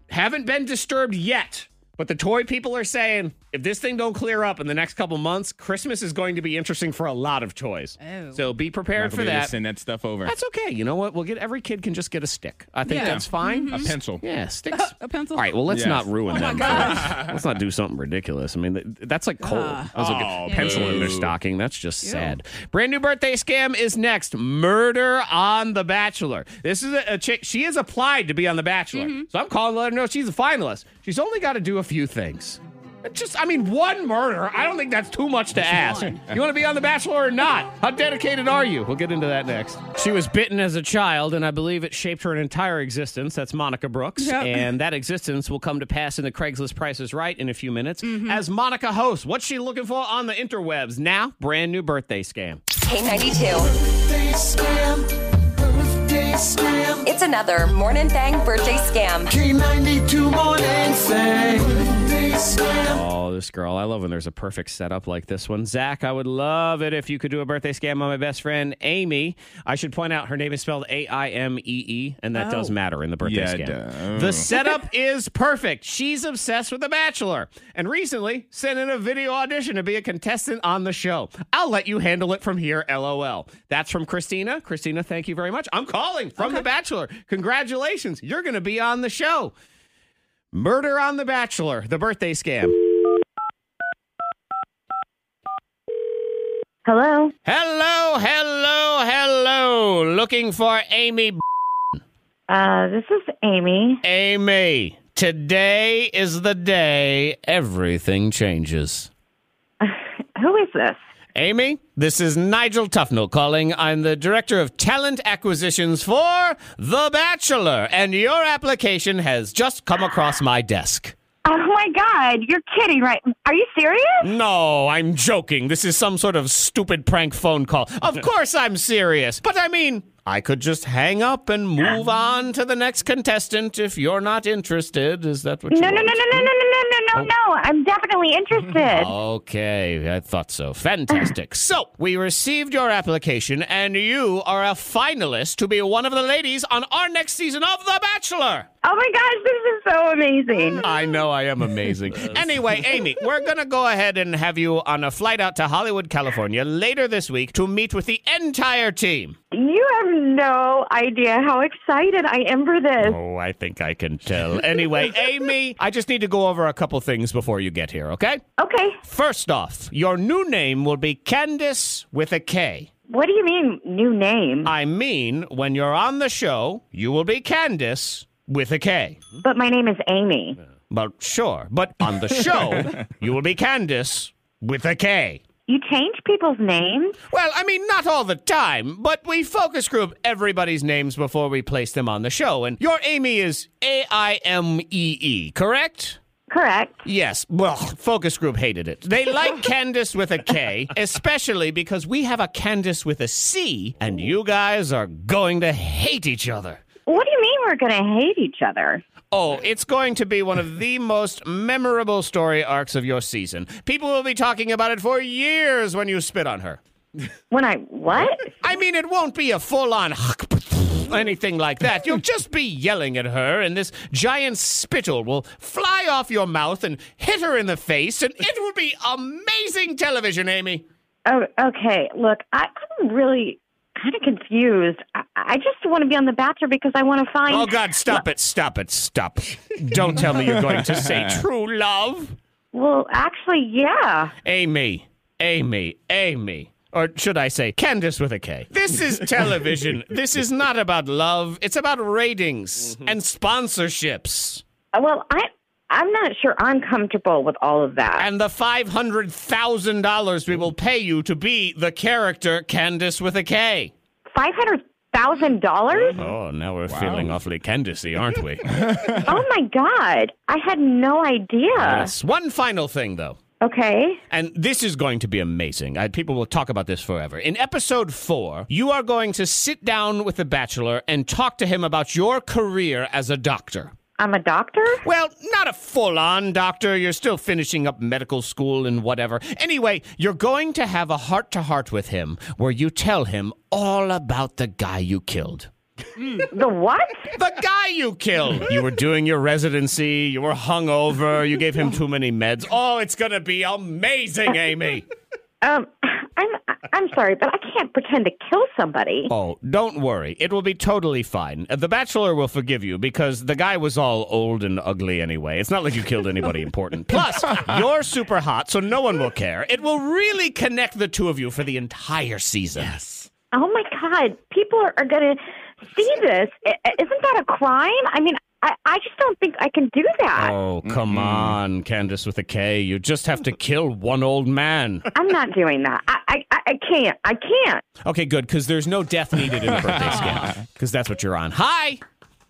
Speaker 5: haven't been disturbed yet. But the toy people are saying if this thing don't clear up in the next couple months, Christmas is going to be interesting for a lot of toys.
Speaker 7: Oh.
Speaker 5: So be
Speaker 6: Not
Speaker 5: prepared
Speaker 6: gonna
Speaker 5: for
Speaker 6: be able to
Speaker 5: that.
Speaker 6: Send that stuff over.
Speaker 5: That's okay. You know what? We'll get every kid can just get a stick. I think
Speaker 6: Yeah. Mm-hmm.
Speaker 5: that's fine.
Speaker 6: A pencil.
Speaker 5: Yeah, sticks.
Speaker 7: A pencil?
Speaker 5: All right. Well, let's
Speaker 6: Yes.
Speaker 5: not ruin
Speaker 7: Oh my
Speaker 5: them.
Speaker 7: gosh.
Speaker 5: let's not do something ridiculous. I mean, th- that's like cold. That was like a
Speaker 6: Oh,
Speaker 5: pencil in their
Speaker 6: boo.
Speaker 5: stocking. That's just sad. Brand new birthday scam is next. Murder on The Bachelor. This is a, a chick. She has applied to be on The Bachelor, so I'm calling to let her know she's a finalist. She's only got to do a few things. Just, I mean, one murder. I don't think that's too much to ask. You want to be on The Bachelor or not? How dedicated are you? We'll get into that next. She was bitten as a child, and I believe it shaped her entire existence. That's Monica Brooks.
Speaker 7: Yep.
Speaker 5: And that existence will come to pass in the Craigslist Price is Right in a few minutes. As Monica hosts, what's she looking for on the interwebs? Now, brand new birthday scam.
Speaker 2: K92. It's another Morning Thang birthday scam.
Speaker 5: Oh, this girl. I love when there's a perfect setup like this one. Zach, I would love it if you could do a birthday scam on my best friend, Amy. I should point out her name is spelled A I M E E, and that does matter in the birthday
Speaker 6: Yeah,
Speaker 5: scam.
Speaker 6: it does.
Speaker 5: The setup is perfect. She's obsessed with The Bachelor and recently sent in a video audition to be a contestant on the show. I'll let you handle it from here, LOL. That's from Christina. Christina, thank you very much. I'm calling from The Bachelor. Congratulations. You're going to be on the show. Murder on The Bachelor, the birthday scam.
Speaker 3: Hello.
Speaker 5: Hello, hello, hello. Looking for Amy.
Speaker 3: Uh, this is Amy.
Speaker 5: Amy, today is the day everything changes.
Speaker 3: Who is this?
Speaker 5: Amy, this is Nigel Tufnell calling. I'm the director of talent acquisitions for The Bachelor, and your application has just come across my desk.
Speaker 3: Oh my God, you're kidding, right? Are you serious?
Speaker 5: Mm, No, I'm joking. This is some sort of stupid prank phone call. Of course I'm serious. But I mean, I could just hang up and move on to the next contestant if you're not interested. Is that what you
Speaker 3: No, no, no,
Speaker 5: want?
Speaker 3: no, no, no, no, no, no, no. I'm definitely interested.
Speaker 5: Oh. Okay, I thought so. Fantastic. so, we received your application, and you are a finalist to be one of the ladies on our next season of The Bachelor.
Speaker 3: Oh my gosh, this is so amazing.
Speaker 5: I know I am amazing. anyway, Amy, we're going to go ahead and have you on a flight out to Hollywood, California later this week to meet with the entire team.
Speaker 3: You have no idea how excited I am for this.
Speaker 5: Oh, I think I can tell. Anyway, Amy, I just need to go over a couple things before you get here, okay?
Speaker 3: Okay,
Speaker 5: First off, your new name will be Candace with a K.
Speaker 3: what do you mean, new name?
Speaker 5: I mean, when you're on the show, you will be Candace with a K.
Speaker 3: But my name is Amy.
Speaker 5: Well, sure, but on the show, you will be Candace with a K.
Speaker 3: You change people's names?
Speaker 5: Well, I mean, not all the time, but we focus group everybody's names before we place them on the show. And your Amy is A I M E E, correct?
Speaker 3: Correct.
Speaker 5: Yes. Well, focus group hated it. They like Candace with a K, especially because we have a Candace with a C, and you guys are going to hate each other.
Speaker 3: What do you mean we're going to hate each other?
Speaker 5: Oh, it's going to be one of the most memorable story arcs of your season. People will be talking about it for years when you spit on her.
Speaker 3: When I, what?
Speaker 5: I mean, it won't be a full on anything like that. You'll just be yelling at her, and this giant spittle will fly off your mouth and hit her in the face, and it will be amazing television, Amy.
Speaker 3: Oh, okay. Look, I, I'm really kind of confused. I, I just want to be on The Bachelor because I want to find.
Speaker 5: Oh, God, stop it, stop it, stop. Don't tell me you're going to say true love.
Speaker 3: Well, actually, yeah.
Speaker 5: Amy, Amy, Amy. Or should I say, Candace with a K. This is television. this is not about love. It's about ratings and sponsorships.
Speaker 3: Well, I, I'm not sure I'm comfortable with all of that.
Speaker 5: and the five hundred thousand dollars we will pay you to be the character Candace with a K.
Speaker 3: Five hundred thousand dollars?
Speaker 5: Oh, now we're feeling awfully Candacy, aren't we?
Speaker 3: Oh my God! I had no idea.
Speaker 5: yes. One final thing, though.
Speaker 3: Okay.
Speaker 5: And this is going to be amazing. I, people will talk about this forever. In episode four, you are going to sit down with The Bachelor and talk to him about your career as a doctor.
Speaker 3: I'm a doctor?
Speaker 5: Well, not a full on doctor. You're still finishing up medical school and whatever. Anyway, you're going to have a heart to heart with him where you tell him all about the guy you killed.
Speaker 3: The what?
Speaker 5: The guy you killed. You were doing your residency, you were hungover, you gave him too many meds. Oh, it's going to be amazing, Amy.
Speaker 3: Um, I'm I'm sorry, but I can't pretend to kill somebody.
Speaker 5: Oh, don't worry. It will be totally fine. Uh, The Bachelor will forgive you because the guy was all old and ugly anyway. It's not like you killed anybody important. Plus, you're super hot, so no one will care. It will really connect the two of you for the entire season. Yes.
Speaker 3: Oh my God! People are, are gonna see this. I, I- isn't that a crime? I mean, I I just don't think I can do that.
Speaker 5: Oh, come on, Candace with a K. You just have to kill one old man.
Speaker 3: I'm not doing that. I, I, I- I can't. I can't.
Speaker 5: Okay, good, because there's no death needed in the birthday scam, because that's what you're on. Hi,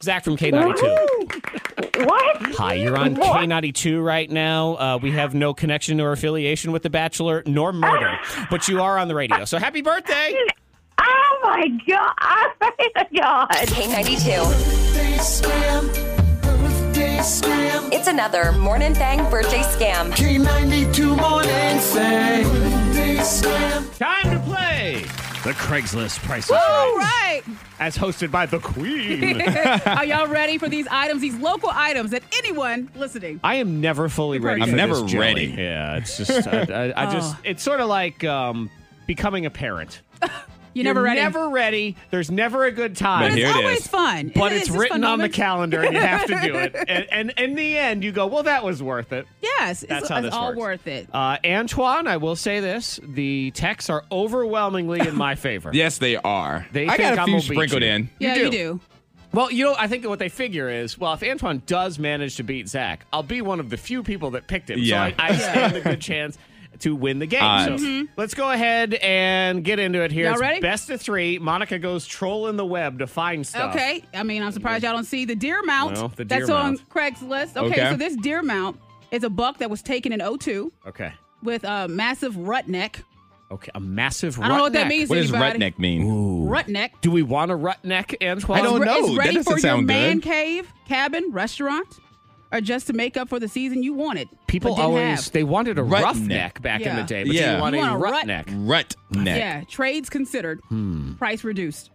Speaker 5: Zach from K92.
Speaker 3: Woo! What?
Speaker 5: Hi, you're on
Speaker 3: What?
Speaker 5: K92 right now. Uh, we have no connection or affiliation with The Bachelor nor murder, but you are on the radio. So happy birthday!
Speaker 3: Oh my god! Oh my god!
Speaker 2: K92. It's another Morning Thang birthday scam.
Speaker 10: Time to play the Craigslist Price is
Speaker 7: All
Speaker 10: Right,
Speaker 7: right.
Speaker 10: as hosted by the Queen.
Speaker 7: Are y'all ready for these items, these local items that anyone listening?
Speaker 5: I am never fully ready.
Speaker 6: I'm
Speaker 5: for
Speaker 6: never
Speaker 5: this jelly.
Speaker 6: ready.
Speaker 5: Yeah, it's just I,
Speaker 7: Oh.
Speaker 5: I, I just it's sort of like um, becoming a parent.
Speaker 7: You're, never ready.
Speaker 5: Never ready. There's never a good time.
Speaker 7: but
Speaker 6: But
Speaker 7: it's
Speaker 6: here it
Speaker 7: always
Speaker 6: is.
Speaker 7: fun.
Speaker 5: but
Speaker 7: It
Speaker 5: it's
Speaker 7: is.
Speaker 5: written
Speaker 7: fun
Speaker 5: on the
Speaker 7: moments.
Speaker 5: calendar and you have to do it. And, and in the end, you go, well, that was worth it.
Speaker 7: Yes, it's,
Speaker 5: That's how
Speaker 7: it's
Speaker 5: this
Speaker 7: all
Speaker 5: works.
Speaker 7: worth it.
Speaker 5: Uh, Antoine, I will say this the texts are overwhelmingly in my favor.
Speaker 6: Yes, they are.
Speaker 5: They
Speaker 6: I got
Speaker 5: think
Speaker 6: a
Speaker 5: I'm
Speaker 6: few
Speaker 5: gonna beat
Speaker 6: sprinkled
Speaker 5: you.
Speaker 6: in.
Speaker 7: yeah,
Speaker 5: do.
Speaker 7: you do.
Speaker 5: Well, you know, I think what they figure is, well, if Antoine does manage to beat Zach, I'll be one of the few people that picked him.
Speaker 6: Yeah.
Speaker 5: So I, I stand a good chance to win the game.
Speaker 6: Uh,
Speaker 5: so let's go ahead and get into it here.
Speaker 7: Mm-hmm. Y'all
Speaker 5: It's
Speaker 7: ready?
Speaker 5: Best of three. Monica goes trolling the web to find stuff.
Speaker 7: Okay. I mean, I'm surprised y'all don't see the deer mount.
Speaker 5: Well, the
Speaker 7: that's
Speaker 5: deer
Speaker 7: on
Speaker 5: mount.
Speaker 7: Craigslist. Okay,
Speaker 6: Okay.
Speaker 7: so this deer mount is a buck that was taken in 02
Speaker 5: Okay.
Speaker 7: with a massive rut neck.
Speaker 5: Okay. A massive
Speaker 7: I don't know what that
Speaker 5: rutneck.
Speaker 7: means
Speaker 6: What
Speaker 7: to
Speaker 6: does
Speaker 7: anybody.
Speaker 6: redneck mean?
Speaker 7: Rut neck.
Speaker 5: Do we want a rut neck, Antoine?
Speaker 6: I don't
Speaker 7: Re-
Speaker 6: know.
Speaker 7: It's
Speaker 6: That
Speaker 7: ready
Speaker 6: doesn't
Speaker 7: for your
Speaker 6: sound good.
Speaker 7: man cave, cabin, restaurant, or just to make up for the season you wanted. but
Speaker 5: People
Speaker 7: didn't
Speaker 5: always
Speaker 7: have.
Speaker 5: they wanted a
Speaker 6: Rut
Speaker 5: rough
Speaker 6: neck.
Speaker 5: neck back in the
Speaker 7: Yeah.
Speaker 5: day, but
Speaker 6: Yeah.
Speaker 5: you want,
Speaker 7: You
Speaker 5: a
Speaker 7: want a
Speaker 5: rut,
Speaker 7: rut-
Speaker 5: neck. Hmm.
Speaker 6: Rut neck.
Speaker 7: Yeah, trades considered. Price reduced.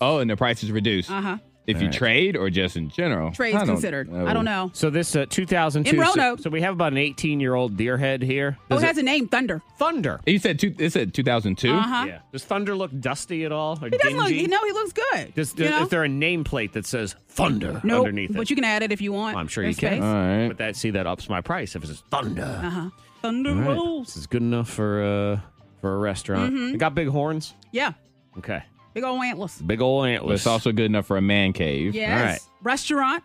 Speaker 6: Oh, and the price is reduced.
Speaker 7: Uh huh.
Speaker 6: If you trade or just in general.
Speaker 7: Trades
Speaker 6: I don't
Speaker 7: considered. I don't know.
Speaker 5: So this uh, 2002.
Speaker 7: In
Speaker 5: so-
Speaker 7: Roanoke.
Speaker 5: So, we have about an 18 year old deer head here.
Speaker 7: Oh,
Speaker 5: Does
Speaker 7: it has a name, Thunder.
Speaker 5: thunder.
Speaker 6: You said two, it said 2002.
Speaker 7: Uh huh.
Speaker 5: Yeah. Does thunder look dusty at all? Or
Speaker 7: He does
Speaker 5: dingy?
Speaker 7: look. You know, he looks good.
Speaker 5: Does-
Speaker 7: you know?
Speaker 5: Is there a nameplate that says thunder
Speaker 7: Nope,
Speaker 5: underneath it?
Speaker 7: But you can add it if you want.
Speaker 5: I'm sure you
Speaker 7: There's
Speaker 5: can. Uh,
Speaker 7: space. Uh-huh.
Speaker 6: All right.
Speaker 5: But that see that ups my price if it says thunder.
Speaker 7: Thunder
Speaker 5: All right.
Speaker 7: rolls.
Speaker 5: This is good enough for uh for a restaurant.
Speaker 7: Mm-hmm.
Speaker 5: It got big horns.
Speaker 7: Yeah.
Speaker 5: Okay.
Speaker 7: Big old antlers.
Speaker 5: Big old
Speaker 6: But
Speaker 5: antlers.
Speaker 6: it's also good enough for a man cave.
Speaker 7: Yes. Restaurant.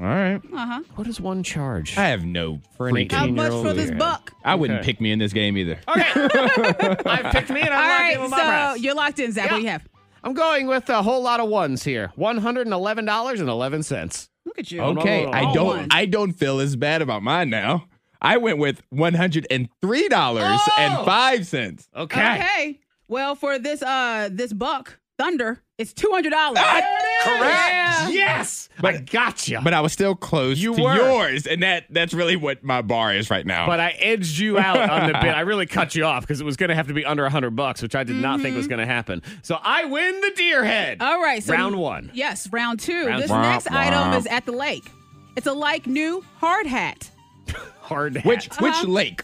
Speaker 6: All right.
Speaker 7: Uh huh.
Speaker 5: what does one charge?
Speaker 6: I have no
Speaker 5: For an
Speaker 6: freaking.
Speaker 5: 18
Speaker 7: How much
Speaker 5: Ten-year-old
Speaker 7: for this
Speaker 5: deer.
Speaker 7: buck?
Speaker 6: I wouldn't
Speaker 5: Okay.
Speaker 6: pick me in this game either.
Speaker 5: I've picked me and
Speaker 7: All
Speaker 5: I'm locked in
Speaker 7: right.
Speaker 5: with
Speaker 7: So
Speaker 5: my price.
Speaker 7: you're locked in, Zach. What do you
Speaker 5: Yeah.
Speaker 7: have?
Speaker 5: I'm going with a whole lot of ones here. One hundred and eleven dollars and eleven cents.
Speaker 7: Look at you.
Speaker 6: Oh, Okay,
Speaker 5: Oh, no, no,
Speaker 6: I
Speaker 7: no.
Speaker 6: don't.
Speaker 7: All ones.
Speaker 6: I don't feel as bad about mine now. I went with one hundred and three dollars and five cents.
Speaker 5: Okay.
Speaker 7: Okay. Well, for this uh this buck, Thunder, it's two hundred dollars.
Speaker 6: Ah!
Speaker 5: Correct. Yes. I gotcha.
Speaker 6: But I was still close
Speaker 5: You
Speaker 6: to
Speaker 5: were.
Speaker 6: yours, and that that's really what my bar is right now.
Speaker 5: But I edged you out on the bid. I really cut you off because it was going to have to be under 100 bucks, which I did not think was going to happen. So I win the deer head.
Speaker 7: Mm-hmm. All right. So
Speaker 5: Round one.
Speaker 7: Yes, round two.
Speaker 5: Round
Speaker 7: this
Speaker 5: two.
Speaker 7: next
Speaker 6: Womp
Speaker 7: item
Speaker 6: womp.
Speaker 7: is at the lake. It's a like new hard hat,
Speaker 5: Hard hat.
Speaker 6: which which
Speaker 7: Uh-huh.
Speaker 6: lake?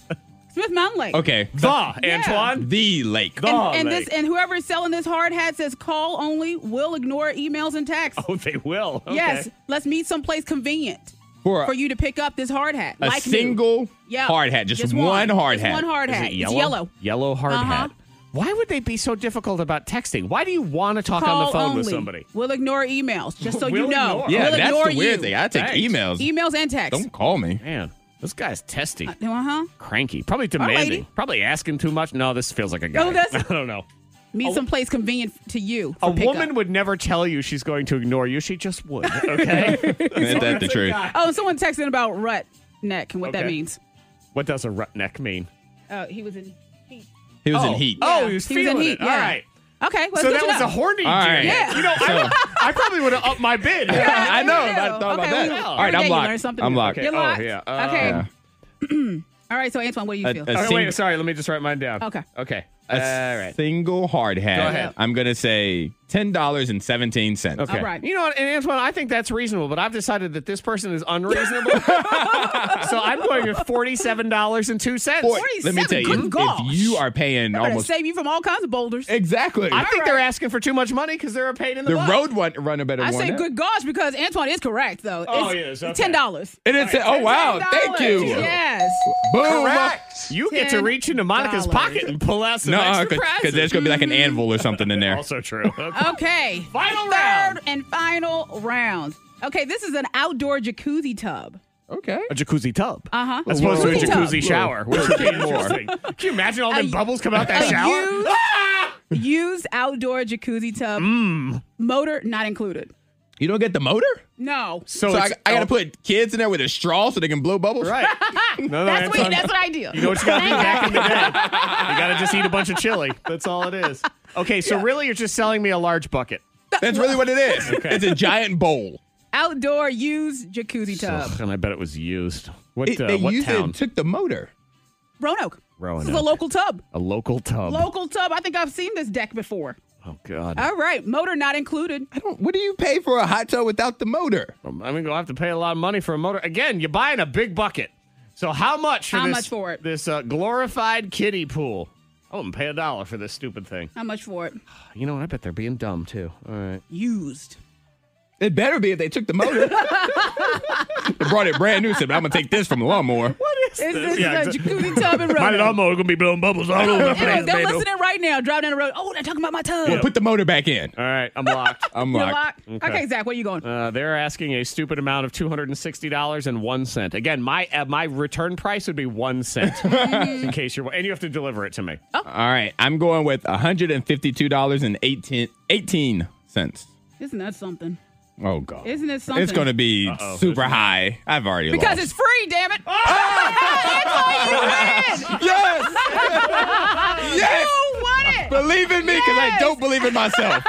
Speaker 7: Smith Mountain Lake.
Speaker 6: Okay,
Speaker 5: the, Antoine?
Speaker 6: the lake.
Speaker 5: The
Speaker 7: And, and this
Speaker 5: lake.
Speaker 7: and whoever is selling this hard hat says call only. Will ignore emails and texts.
Speaker 5: Oh, they will. Okay.
Speaker 7: Yes, let's meet someplace convenient
Speaker 6: for a,
Speaker 7: for you to pick up this hard hat.
Speaker 6: a
Speaker 7: like new.
Speaker 6: single
Speaker 7: Yeah.
Speaker 6: hard hat, just,
Speaker 7: Just
Speaker 6: one,
Speaker 7: one.
Speaker 6: hard
Speaker 7: Just
Speaker 6: hat.
Speaker 7: one hard
Speaker 5: Is
Speaker 7: hat.
Speaker 5: it
Speaker 7: It's
Speaker 5: yellow?
Speaker 7: yellow.
Speaker 5: Yellow hard
Speaker 7: Uh-huh.
Speaker 5: hat. Why would they be so difficult about texting? Why do you want to talk
Speaker 7: Call
Speaker 5: on the phone
Speaker 7: only.
Speaker 5: with somebody?
Speaker 7: We'll ignore emails, just so
Speaker 5: We'll
Speaker 7: you know.
Speaker 5: ignore.
Speaker 6: Yeah,
Speaker 7: we'll
Speaker 6: that's
Speaker 7: ignore
Speaker 6: the weird
Speaker 7: you.
Speaker 6: thing. I take
Speaker 5: Thanks.
Speaker 6: emails.
Speaker 7: Emails and texts.
Speaker 6: Don't call me.
Speaker 5: Man, this guy's testy,
Speaker 7: Uh huh.
Speaker 5: cranky, probably demanding, probably asking too much. No, this feels like a guy.
Speaker 7: No, that's-
Speaker 5: I don't know.
Speaker 7: Meet someplace convenient to you. For
Speaker 5: A
Speaker 7: pickup.
Speaker 5: woman would never tell you she's going to ignore you. She just would. Okay.
Speaker 6: Isn't that the truth?
Speaker 7: Oh, someone texted about rut neck and what that
Speaker 5: Okay.
Speaker 7: means.
Speaker 5: what does a rut neck mean?
Speaker 7: Uh, he was in. Heat.
Speaker 6: He was in heat.
Speaker 5: Oh,
Speaker 7: Yeah,
Speaker 5: he was
Speaker 7: he was in
Speaker 5: feeling
Speaker 7: heat,
Speaker 5: it.
Speaker 7: yeah.
Speaker 5: All right.
Speaker 7: Okay, well,
Speaker 5: so
Speaker 7: good
Speaker 5: that
Speaker 7: to
Speaker 5: was
Speaker 7: know.
Speaker 5: a horny
Speaker 6: All right.
Speaker 5: deer.
Speaker 7: Yeah.
Speaker 5: You know, I, I probably would have upped my bid.
Speaker 7: Yeah,
Speaker 6: I know.
Speaker 7: you
Speaker 6: I thought about
Speaker 7: okay,
Speaker 6: that.
Speaker 7: we-
Speaker 6: All right,
Speaker 7: every
Speaker 6: I'm
Speaker 7: day you
Speaker 6: locked.
Speaker 7: learn something
Speaker 6: I'm
Speaker 7: new.
Speaker 6: locked.
Speaker 7: You're
Speaker 5: Okay. Oh,
Speaker 7: locked.
Speaker 5: yeah. Uh,
Speaker 7: okay.
Speaker 6: yeah.
Speaker 7: All right. So Antoine, what do you
Speaker 6: A-
Speaker 7: feel?
Speaker 6: a
Speaker 5: Oh,
Speaker 6: sing-
Speaker 5: wait, sorry. Let me just write mine down.
Speaker 7: Okay.
Speaker 5: Okay.
Speaker 6: a
Speaker 5: All right.
Speaker 6: single hard hat.
Speaker 5: Go ahead.
Speaker 6: I'm gonna say ten dollars and seventeen cents.
Speaker 5: Okay.
Speaker 7: All right.
Speaker 5: You know what, and Antoine, I think that's reasonable, but I've decided that this person is unreasonable. so I'm going with forty-seven dollars and two cents.
Speaker 6: Boy, let
Speaker 7: 47,
Speaker 6: me tell you,
Speaker 7: good gosh.
Speaker 6: if you are paying
Speaker 7: Better
Speaker 6: almost
Speaker 7: save you from all kinds of boulders.
Speaker 6: exactly
Speaker 5: I think they're asking for too much money because they're a pain in the,
Speaker 6: the
Speaker 5: butt.
Speaker 6: road one runner better
Speaker 7: I
Speaker 6: one.
Speaker 7: say
Speaker 6: out.
Speaker 7: good gosh because Antoine is correct though.
Speaker 5: Oh,
Speaker 7: It's
Speaker 5: yes, okay.
Speaker 7: ten dollars.
Speaker 6: And it's oh wow, thank you.
Speaker 7: Yes.
Speaker 6: Boom.
Speaker 5: You get to reach into Monica's
Speaker 7: $10.
Speaker 5: pocket and pull out some
Speaker 6: No,
Speaker 5: extra
Speaker 6: because
Speaker 5: prizes.
Speaker 6: there's gonna be like an anvil or something in there.
Speaker 5: also true. Okay.
Speaker 7: Okay.
Speaker 5: Final
Speaker 7: Third
Speaker 5: round.
Speaker 7: and final round. Okay, this is an outdoor jacuzzi tub.
Speaker 6: Okay.
Speaker 5: A jacuzzi tub.
Speaker 7: Uh huh.
Speaker 5: As opposed to a
Speaker 6: Whoa.
Speaker 5: jacuzzi
Speaker 6: Whoa.
Speaker 5: shower, which would be
Speaker 6: Whoa.
Speaker 5: interesting. Can you imagine all the
Speaker 7: A-
Speaker 5: bubbles come out that
Speaker 7: a
Speaker 5: shower?
Speaker 7: Used,
Speaker 5: Ah!
Speaker 7: used outdoor jacuzzi tub.
Speaker 5: Mm.
Speaker 7: Motor not included.
Speaker 6: You don't get the motor?
Speaker 7: No.
Speaker 6: So, I,
Speaker 5: it's-
Speaker 6: I got to
Speaker 5: oh,
Speaker 6: put kids in there with a straw so they can blow bubbles?
Speaker 5: Right. No, no,
Speaker 7: That's
Speaker 5: it's
Speaker 7: what
Speaker 5: on-
Speaker 7: that's what I do.
Speaker 5: You know what you gotta do back in the day? You gotta just eat a bunch of chili. That's all it is. Okay, so really you're just selling me a large bucket.
Speaker 6: That's really what it is. It's a giant bowl.
Speaker 7: Outdoor used jacuzzi tub.
Speaker 5: Ugh, and I bet it was used. What
Speaker 6: It-
Speaker 5: uh,
Speaker 6: they
Speaker 5: what
Speaker 6: used it
Speaker 5: town?
Speaker 6: and took the motor.
Speaker 7: Roanoke. This is a
Speaker 5: Roanoke.
Speaker 7: local tub.
Speaker 5: a local tub.
Speaker 7: Local tub. I think I've seen this deck before.
Speaker 5: oh god.
Speaker 7: All right, motor not included.
Speaker 6: I don't. What do you pay for a hot tub without the motor?
Speaker 5: I mean, you'll have to pay a lot of money for a motor. Again, you're buying a big bucket. So how much for
Speaker 7: How
Speaker 5: this,
Speaker 7: much for it?
Speaker 5: this uh, glorified kiddie pool? I wouldn't pay a dollar for this stupid thing.
Speaker 7: How much for it?
Speaker 5: You know what? I bet they're being dumb too. All right.
Speaker 7: Used.
Speaker 6: It better be if they took the motor. they brought it brand new. Said, "I'm gonna take this from the lawnmower."
Speaker 7: It's, it's
Speaker 5: Yeah,
Speaker 7: a
Speaker 5: exa-
Speaker 7: jacuzzi tub in
Speaker 5: Mine and
Speaker 7: Roanoke.
Speaker 5: Elmo are gonna be blowing bubbles all over the
Speaker 7: Ew,
Speaker 5: place,
Speaker 7: they're
Speaker 5: baby.
Speaker 7: listening right now, driving down the road. Oh, they're talking about my tub.
Speaker 6: Well, put the motor back in.
Speaker 5: All right, I'm locked.
Speaker 6: I'm
Speaker 7: You're
Speaker 6: like,
Speaker 7: locked. Okay. Zach, where you going?
Speaker 5: Uh, they're asking a stupid amount of two hundred and sixty dollars and one cent. Again, my uh, my return price would be one cent, in case you're. And you have to deliver it to me.
Speaker 7: Oh.
Speaker 6: all right. I'm going with 152 dollars and 18 18 cents.
Speaker 7: Isn't that something?
Speaker 6: Oh God!
Speaker 7: Isn't it
Speaker 6: It's
Speaker 7: something?
Speaker 6: gonna be super high. I've already
Speaker 7: Because
Speaker 6: lost.
Speaker 7: it's free, damn it.
Speaker 6: Ah!
Speaker 7: That's why you won it.
Speaker 6: yes, yes.
Speaker 7: You won it.
Speaker 6: Believe in me, because I
Speaker 7: Yes.
Speaker 6: don't believe in myself.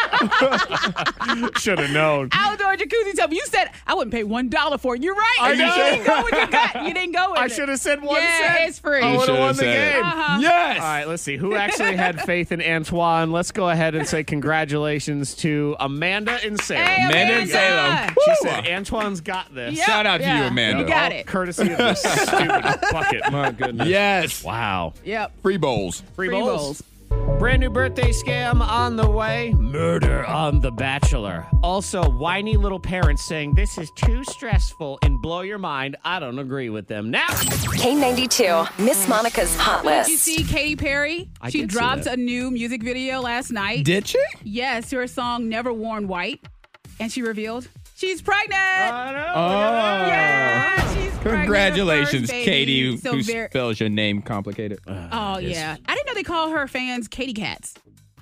Speaker 5: Should have known.
Speaker 7: Outdoor jacuzzi tub. You said I wouldn't pay one dollar for it. You're right.
Speaker 6: Are
Speaker 7: you
Speaker 6: you sure?
Speaker 7: didn't go with your gut. You didn't go with
Speaker 5: I
Speaker 7: it.
Speaker 5: should have said one cent.
Speaker 7: Yeah, it's free.
Speaker 5: I
Speaker 7: You
Speaker 5: would have won
Speaker 6: should've
Speaker 5: the
Speaker 6: said it.
Speaker 5: game.
Speaker 6: Yes.
Speaker 5: All right, let's see. Who actually had faith in Antoine? Let's go ahead and say congratulations to Amanda in Salem.
Speaker 7: Hey,
Speaker 6: Men in
Speaker 7: Amanda.
Speaker 6: Salem.
Speaker 5: She
Speaker 6: Woo!
Speaker 5: said, Antoine's got this.
Speaker 7: Yep,
Speaker 6: Shout out to you,
Speaker 7: yeah.
Speaker 6: Amanda.
Speaker 7: You got it.
Speaker 5: Courtesy of this stupid bucket. My goodness.
Speaker 6: Yes.
Speaker 5: Wow.
Speaker 7: Yep.
Speaker 6: Free bowls.
Speaker 5: Free,
Speaker 7: Free
Speaker 5: bowls.
Speaker 7: bowls.
Speaker 5: Brand new birthday scam on the way. Murder on The Bachelor. Also, whiny little parents saying this is too stressful and blow your mind. I don't agree with them. Now,
Speaker 2: K92, Miss Monica's Hot
Speaker 7: Did you
Speaker 2: List.
Speaker 7: see Katy Perry?
Speaker 5: I
Speaker 7: she
Speaker 5: did see
Speaker 7: dropped
Speaker 5: that.
Speaker 7: a new music video last night.
Speaker 6: Did she?
Speaker 7: yes, to her song Never Worn White. And she revealed she's pregnant.
Speaker 6: Oh.
Speaker 7: Yeah, she's pregnant, her
Speaker 6: Congratulations,
Speaker 7: first baby.
Speaker 6: Katie,
Speaker 7: So
Speaker 6: who
Speaker 7: very-
Speaker 6: spells your name complicated.
Speaker 5: Uh,
Speaker 7: Oh yeah, I didn't know they call her fans Katy Cats.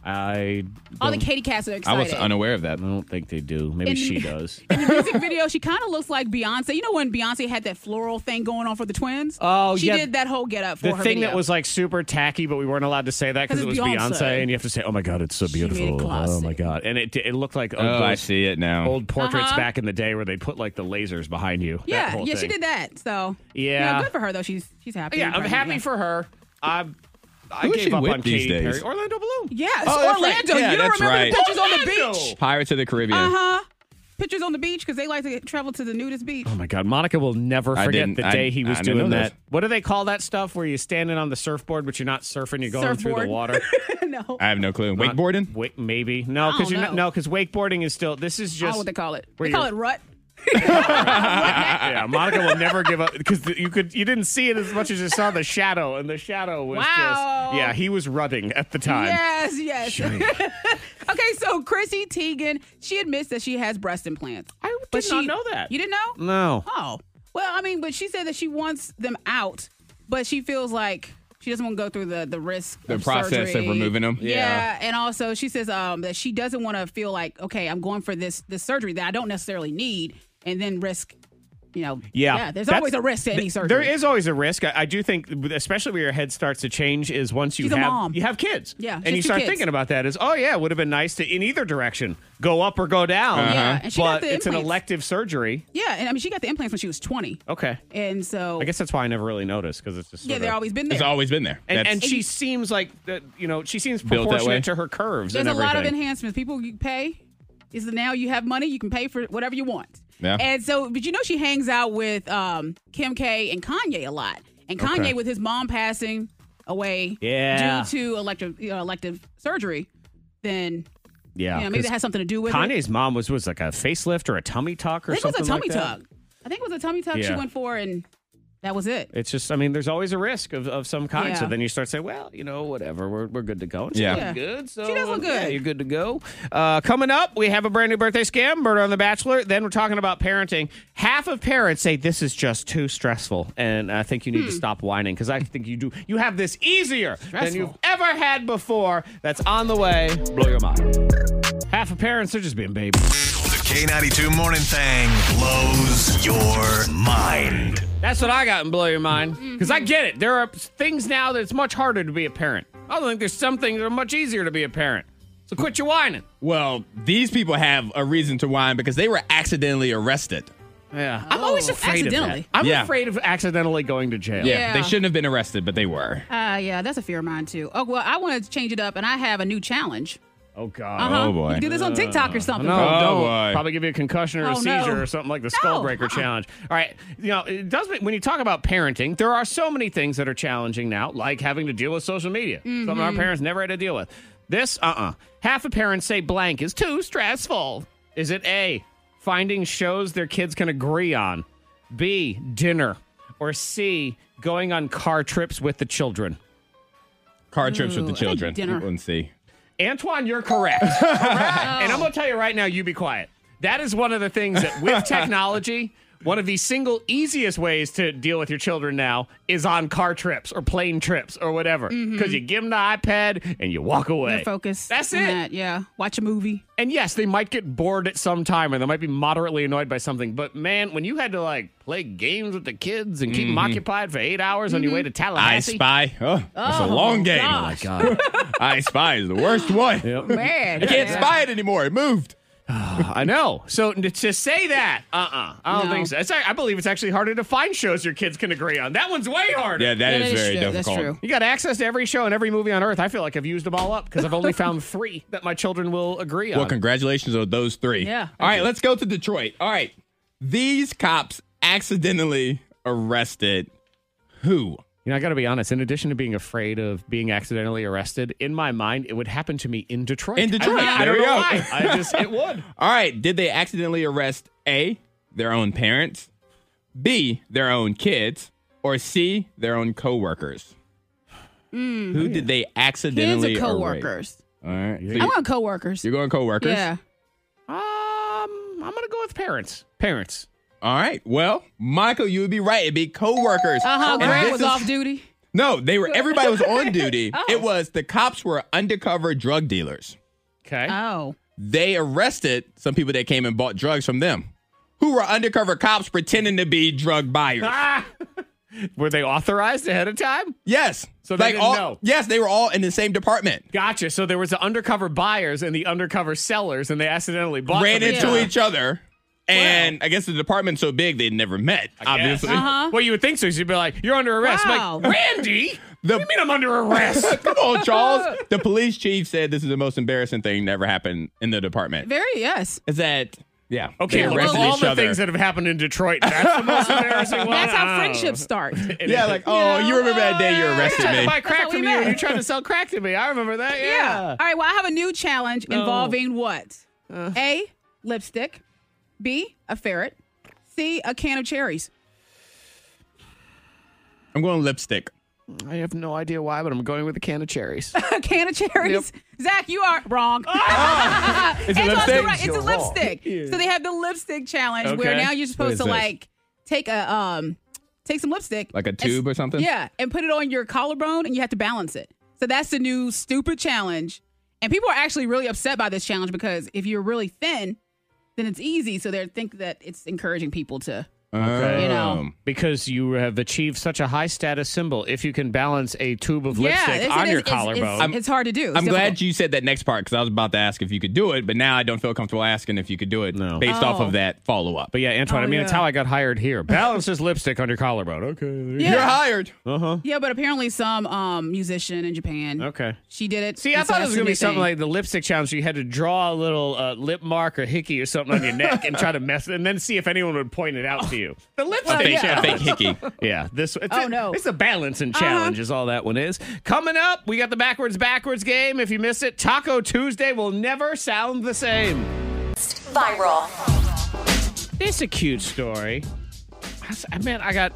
Speaker 5: I
Speaker 7: All the Katy Cats are
Speaker 6: I
Speaker 7: excited.
Speaker 6: was unaware of that.
Speaker 5: I don't think they do. Maybe
Speaker 7: In-
Speaker 5: she does.
Speaker 7: In the music video, she kind of looks like Beyonce. You know when Beyonce had that floral thing going on for the twins?
Speaker 5: Oh,
Speaker 7: she
Speaker 5: yeah.
Speaker 7: did that whole get up for
Speaker 5: The
Speaker 7: her
Speaker 5: thing
Speaker 7: video.
Speaker 5: that was like super tacky, but we weren't allowed to say that because it was
Speaker 7: Because
Speaker 5: Beyonce.
Speaker 7: it's Beyonce.
Speaker 5: and you have to say, "Oh my god, it's so
Speaker 7: made it
Speaker 5: beautiful! Oh
Speaker 7: classy.
Speaker 5: my god!" And it it looked like
Speaker 6: Oh,
Speaker 5: those
Speaker 6: I see it now.
Speaker 5: old portraits
Speaker 7: Uh-huh.
Speaker 5: back in the day where they put like the lasers behind you. that
Speaker 7: yeah,
Speaker 5: whole
Speaker 7: yeah, she
Speaker 5: thing.
Speaker 7: did that. So you
Speaker 5: Yeah.
Speaker 7: know, good for her though. She's she's happy.
Speaker 5: Yeah,
Speaker 7: and
Speaker 5: I'm
Speaker 7: pregnant,
Speaker 5: happy
Speaker 7: yeah.
Speaker 5: for her. I'm. I
Speaker 6: Who is
Speaker 5: gave
Speaker 6: she
Speaker 5: up
Speaker 6: with
Speaker 5: on
Speaker 6: these
Speaker 5: Katy
Speaker 6: days?
Speaker 5: Perry. Orlando Bloom.
Speaker 7: Yeah, it's
Speaker 6: Oh, that's right.
Speaker 7: Orlando.
Speaker 6: Yeah,
Speaker 7: you don't
Speaker 6: that's
Speaker 7: remember
Speaker 6: right.
Speaker 7: the pictures on the
Speaker 5: Orlando!
Speaker 7: beach?
Speaker 6: Pirates of the Caribbean.
Speaker 7: Uh huh. Pictures on the beach because they like to travel to the nudist beach.
Speaker 5: Oh my God, Monica will never
Speaker 6: I
Speaker 5: forget
Speaker 6: didn't-
Speaker 5: the
Speaker 6: I-
Speaker 5: day he
Speaker 6: I
Speaker 5: was
Speaker 6: didn't
Speaker 5: doing
Speaker 6: know
Speaker 5: that.
Speaker 6: this.
Speaker 5: What do they call that stuff where you're standing on the surfboard but you're not surfing? You're going through
Speaker 7: Surfboard.
Speaker 5: the water.
Speaker 7: no,
Speaker 6: I have no clue.
Speaker 5: Not-
Speaker 6: Wakeboarding?
Speaker 5: Wait, maybe no,
Speaker 7: I
Speaker 5: because
Speaker 7: don't
Speaker 5: you're not.
Speaker 7: know.
Speaker 5: No, because wakeboarding is still. This is
Speaker 7: I don't
Speaker 5: just
Speaker 7: know Oh, what they call it.
Speaker 5: where
Speaker 7: They call
Speaker 5: you're-
Speaker 7: it rut.
Speaker 5: yeah, Monica will never give up because you could you didn't see it as much as you saw the shadow, and the shadow was
Speaker 7: Wow.
Speaker 5: just yeah, he was rutting at the time.
Speaker 7: Yes, yes. okay, so Chrissy Teigen, she admits that she has breast implants.
Speaker 5: I did
Speaker 7: But
Speaker 5: not
Speaker 7: she-
Speaker 5: know that.
Speaker 7: You didn't know?
Speaker 5: No.
Speaker 7: Oh. Well, I mean, but she said that she wants them out, but she feels like she doesn't want to go through the the risk
Speaker 6: The
Speaker 7: of
Speaker 6: process of
Speaker 7: surgery.
Speaker 6: removing them?
Speaker 7: Yeah.
Speaker 6: Yeah.
Speaker 7: and also she says um that she doesn't want to feel like okay, I'm going for this this surgery that I don't necessarily need and then risk you know,
Speaker 5: Yeah,
Speaker 7: there's
Speaker 5: That's-
Speaker 7: always a risk to any
Speaker 5: th-
Speaker 7: surgery.
Speaker 5: There is always a risk. I, I do think, especially where your head starts to change, is once you
Speaker 7: She's a
Speaker 5: have
Speaker 7: mom.
Speaker 5: you have kids.
Speaker 7: Yeah, she
Speaker 5: and
Speaker 7: has
Speaker 5: you
Speaker 7: two
Speaker 5: start
Speaker 7: kids.
Speaker 5: thinking about that. Is oh yeah, it would have been nice to in either direction go up or go down.
Speaker 7: Yeah, and she
Speaker 5: but
Speaker 7: got the
Speaker 5: it's an
Speaker 7: implants.
Speaker 5: elective surgery.
Speaker 7: Yeah, and I mean, she got the implants when she was 20.
Speaker 5: Okay,
Speaker 7: And so,
Speaker 5: I guess that's why I never really noticed because it's just
Speaker 7: yeah,
Speaker 5: sort
Speaker 7: they've
Speaker 5: of-
Speaker 7: always been there.
Speaker 6: It's always been there.
Speaker 5: And,
Speaker 6: That's-
Speaker 5: and she seems like that, you know, she seems
Speaker 6: Built that way.
Speaker 5: proportionate to her curves
Speaker 7: There's
Speaker 5: and
Speaker 7: a
Speaker 5: everything.
Speaker 7: lot of enhancements. People you pay is that now you have money, you can pay for whatever you want.
Speaker 6: Yeah.
Speaker 7: And so, but you know, she hangs out with um, Kim K and Kanye a lot. And Kanye,
Speaker 5: Okay.
Speaker 7: with his mom passing away
Speaker 5: Yeah.
Speaker 7: due to elective you know, elective surgery, then
Speaker 5: yeah,
Speaker 7: you know, maybe that has something to do with it.
Speaker 5: Kanye's mom was was like a facelift or a tummy tuck or
Speaker 7: I think it
Speaker 5: something.
Speaker 7: was a tummy
Speaker 5: like that.
Speaker 7: tuck. I think it was a tummy tuck she
Speaker 5: Yeah.
Speaker 7: went for, and That was it.
Speaker 5: It's just, I mean, there's always a risk of, of some kind. So
Speaker 7: Yeah.
Speaker 5: then you start saying, well, you know, whatever, we're, we're good to go. And she
Speaker 6: Yeah.
Speaker 5: looked
Speaker 6: Yeah.
Speaker 5: good. So
Speaker 7: She does look
Speaker 5: yeah,
Speaker 7: good.
Speaker 5: you're good to go. Uh, coming up, we have a brand new birthday scam, Murder on the Bachelor. Then we're talking about parenting. Half of parents say this is just too stressful, and I think you need to stop whining because I think you do. You have this easier than
Speaker 7: Hmm. Stressful.
Speaker 5: you've ever had before. That's on the way. Blow your mind. Half of parents they're just being babies.
Speaker 11: The K92 Morning Thing blows your mind.
Speaker 5: That's what I got in blow your mind because I get it. There are things now that it's much harder to be a parent. I don't think there's some things that are much easier to be a parent. So quit your whining.
Speaker 6: Well, these people have a reason to whine because they were accidentally arrested.
Speaker 5: Yeah, I'm always
Speaker 7: Oh,
Speaker 5: afraid of
Speaker 7: accidentally.
Speaker 5: that. I'm
Speaker 6: Yeah.
Speaker 5: afraid of accidentally going to jail.
Speaker 6: Yeah,
Speaker 7: Yeah.
Speaker 6: they shouldn't have been arrested, but they were.
Speaker 7: Uh, yeah, that's a fear of mine too. Oh well, I want to change it up, and I have a new challenge.
Speaker 5: Oh God.
Speaker 7: Uh-huh.
Speaker 6: boy.
Speaker 7: You can do this on TikTok or something.
Speaker 5: No,
Speaker 6: Oh,
Speaker 5: don't.
Speaker 6: boy.
Speaker 5: Probably give you a concussion or a
Speaker 7: Oh,
Speaker 5: seizure
Speaker 7: no.
Speaker 5: or something like the skull
Speaker 7: No,
Speaker 5: breaker
Speaker 7: uh-uh.
Speaker 5: challenge. All right, you know it does. make- When you talk about parenting, there are so many things that are challenging now, like having to deal with social media, something
Speaker 7: Mm-hmm.
Speaker 5: our parents never had to deal with. This, uh, uh half of parents say blank is too stressful. Is it a finding shows their kids can agree on, b dinner, or c going on car trips with the children?
Speaker 6: Car trips
Speaker 7: Ooh,
Speaker 6: with
Speaker 7: I
Speaker 6: the
Speaker 7: think
Speaker 6: children.
Speaker 7: dinner.
Speaker 6: Let's see.
Speaker 5: Antoine, you're correct. Correct. And
Speaker 7: Oh.
Speaker 5: I'm going to tell you right now, you be quiet. That is one of the things that with technology, one of the single easiest ways to deal with your children now is on car trips or plane trips or whatever. Because
Speaker 7: Mm-hmm.
Speaker 5: you give them the iPad and you walk away.
Speaker 7: Their focus.
Speaker 5: That's
Speaker 7: on
Speaker 5: it.
Speaker 7: That. Yeah. Watch a movie.
Speaker 5: And yes, they might get bored at some time or they might be moderately annoyed by something. But man, when you had to like play games with the kids and keep them occupied for eight hours on
Speaker 7: Mm-hmm.
Speaker 5: your way to
Speaker 6: I
Speaker 5: Tallahassee.
Speaker 6: Spy. Oh, that's a
Speaker 7: Oh,
Speaker 6: long game.
Speaker 7: gosh.
Speaker 6: Oh my god. I Spy is the worst one.
Speaker 7: Man.
Speaker 6: I can't spy it anymore. It moved.
Speaker 5: I know. So n- to say that, uh, uh I don't
Speaker 7: No.
Speaker 5: think so. It's, I believe it's actually harder to find shows your kids can agree on. That one's way harder.
Speaker 6: Yeah,
Speaker 7: Yeah,
Speaker 6: that is very
Speaker 7: true.
Speaker 6: difficult.
Speaker 7: That's true.
Speaker 5: You got access to every show and every movie on earth. I feel like I've used them all up because I've only found three that my children will agree on.
Speaker 6: Well, congratulations on those three.
Speaker 7: Yeah.
Speaker 6: All right, let's go to Detroit. All right. These cops accidentally arrested
Speaker 5: you
Speaker 6: who?
Speaker 5: know, I got to be honest. In addition to being afraid of being accidentally arrested, in my mind, it would happen to me in Detroit.
Speaker 6: In Detroit.
Speaker 5: I, I
Speaker 6: There
Speaker 5: don't know
Speaker 6: we go.
Speaker 5: why. I just it would.
Speaker 6: All right. Did they accidentally arrest A, their own parents, B, their own kids, or C, their own coworkers?
Speaker 7: Hmm.
Speaker 6: Who did they
Speaker 7: Kids
Speaker 6: accidentally
Speaker 7: are
Speaker 6: arrest?
Speaker 7: coworkers.
Speaker 6: All right. So
Speaker 7: I
Speaker 6: you-
Speaker 7: want coworkers.
Speaker 6: you're going coworkers?
Speaker 7: Yeah.
Speaker 5: Um, I'm gonna go with parents. Parents.
Speaker 6: All right. Well, Michael, you would be right. It'd be coworkers.
Speaker 7: Uh huh.
Speaker 6: And
Speaker 7: Grant
Speaker 6: this
Speaker 7: was
Speaker 6: is-
Speaker 7: off duty.
Speaker 6: No, they were. Everybody was on duty.
Speaker 5: Oh.
Speaker 6: It was the cops were undercover drug dealers.
Speaker 5: Okay.
Speaker 7: Oh.
Speaker 6: They arrested some people that came and bought drugs from them, who were undercover cops pretending to be drug buyers.
Speaker 5: ah! Were they authorized ahead of time?
Speaker 6: Yes.
Speaker 5: So they didn't
Speaker 6: all,
Speaker 5: know.
Speaker 6: Yes, they were all in the same department.
Speaker 5: Gotcha. So there was the undercover buyers and the undercover sellers, and they accidentally bought
Speaker 6: Ran
Speaker 5: from
Speaker 6: into
Speaker 5: other.
Speaker 6: each other. And I guess the department's so big they'd never met, obviously.
Speaker 7: Uh-huh.
Speaker 5: Well, you would think so. You'd be like, "You're under arrest."
Speaker 7: Wow.
Speaker 5: I'm like, Randy,
Speaker 6: The-
Speaker 5: what do you mean I'm under arrest?
Speaker 6: Come on, Charles. the police chief said this is the most embarrassing thing that ever happened in the department.
Speaker 7: Very yes.
Speaker 6: Is that yeah?
Speaker 5: okay,
Speaker 6: they
Speaker 5: well,
Speaker 6: arrested
Speaker 5: all
Speaker 6: each
Speaker 5: the
Speaker 6: other.
Speaker 5: things that have happened in Detroit. That's the most embarrassing one. Oh.
Speaker 7: That's
Speaker 5: I
Speaker 7: how
Speaker 5: don't
Speaker 7: friendships
Speaker 5: know.
Speaker 7: start.
Speaker 6: Yeah, like oh, you remember that day you
Speaker 5: I
Speaker 6: arrested
Speaker 5: tried to
Speaker 6: me?
Speaker 5: buy crack
Speaker 7: how
Speaker 5: from
Speaker 7: we
Speaker 5: you, and
Speaker 7: met.
Speaker 5: you tried to sell crack to me. I remember that. Yeah.
Speaker 7: Yeah. All right. Well, I have a new challenge
Speaker 6: Oh.
Speaker 7: involving what?
Speaker 6: Uh.
Speaker 7: A, lipstick. B, a ferret. C, a can of cherries.
Speaker 6: I'm going lipstick.
Speaker 5: I have no idea why, but I'm going with a can of cherries.
Speaker 7: A can of cherries. Zach, you are wrong.
Speaker 5: Ah!
Speaker 7: it's
Speaker 6: it lipstick?
Speaker 7: It's a lipstick. So they have the lipstick challenge where
Speaker 5: Okay.
Speaker 7: now you're
Speaker 6: is
Speaker 7: supposed to
Speaker 6: this?
Speaker 7: like take a um take some lipstick.
Speaker 6: Like a
Speaker 7: and-
Speaker 6: tube or something?
Speaker 7: Yeah, and put it on your collarbone and you have to balance it. So that's the new stupid challenge. And people are actually really upset by this challenge because if you're really thin, then it's easy. So they think that it's encouraging people to
Speaker 6: Okay.
Speaker 7: You know.
Speaker 6: Um,
Speaker 5: because you have achieved such a high status symbol, if you can balance a tube of
Speaker 7: yeah,
Speaker 5: lipstick
Speaker 7: it's-
Speaker 5: on
Speaker 7: it is-
Speaker 5: your
Speaker 7: it's-
Speaker 5: collarbone,
Speaker 7: It's, it's hard to do. It's
Speaker 6: I'm glad
Speaker 7: difficult.
Speaker 6: you said that next part because I was about to ask if you could do it, but now I don't feel comfortable asking if you could do it
Speaker 5: No.
Speaker 6: based off
Speaker 7: Oh.
Speaker 6: of that follow up.
Speaker 5: But yeah, Antoine, I
Speaker 7: Oh,
Speaker 5: mean, it's
Speaker 7: yeah.
Speaker 5: how I got hired here. Balance this lipstick on your collarbone. Okay.
Speaker 6: You're
Speaker 7: Yeah.
Speaker 6: hired.
Speaker 7: Yeah, but apparently some um musician in Japan.
Speaker 5: Okay.
Speaker 7: She did it.
Speaker 5: See, I
Speaker 7: and so
Speaker 5: thought it
Speaker 7: that's
Speaker 5: was
Speaker 7: the
Speaker 5: going to
Speaker 7: new
Speaker 5: be something
Speaker 7: thing.
Speaker 5: like the lipstick challenge. You had to draw a little uh, lip mark or hickey or something on your neck and try to mess and then see if anyone would point it out to you. The lipstick
Speaker 6: A fake,
Speaker 5: challenge.
Speaker 6: a fake hickey.
Speaker 5: Yeah, this. It's
Speaker 7: Oh,
Speaker 5: a,
Speaker 7: no.
Speaker 5: It's a balancing challenge, is all that one is. Coming up, we got the backwards backwards game. If you miss it, Taco Tuesday will never sound the same.
Speaker 2: Viral.
Speaker 5: It's a cute story. I s- I mean, I got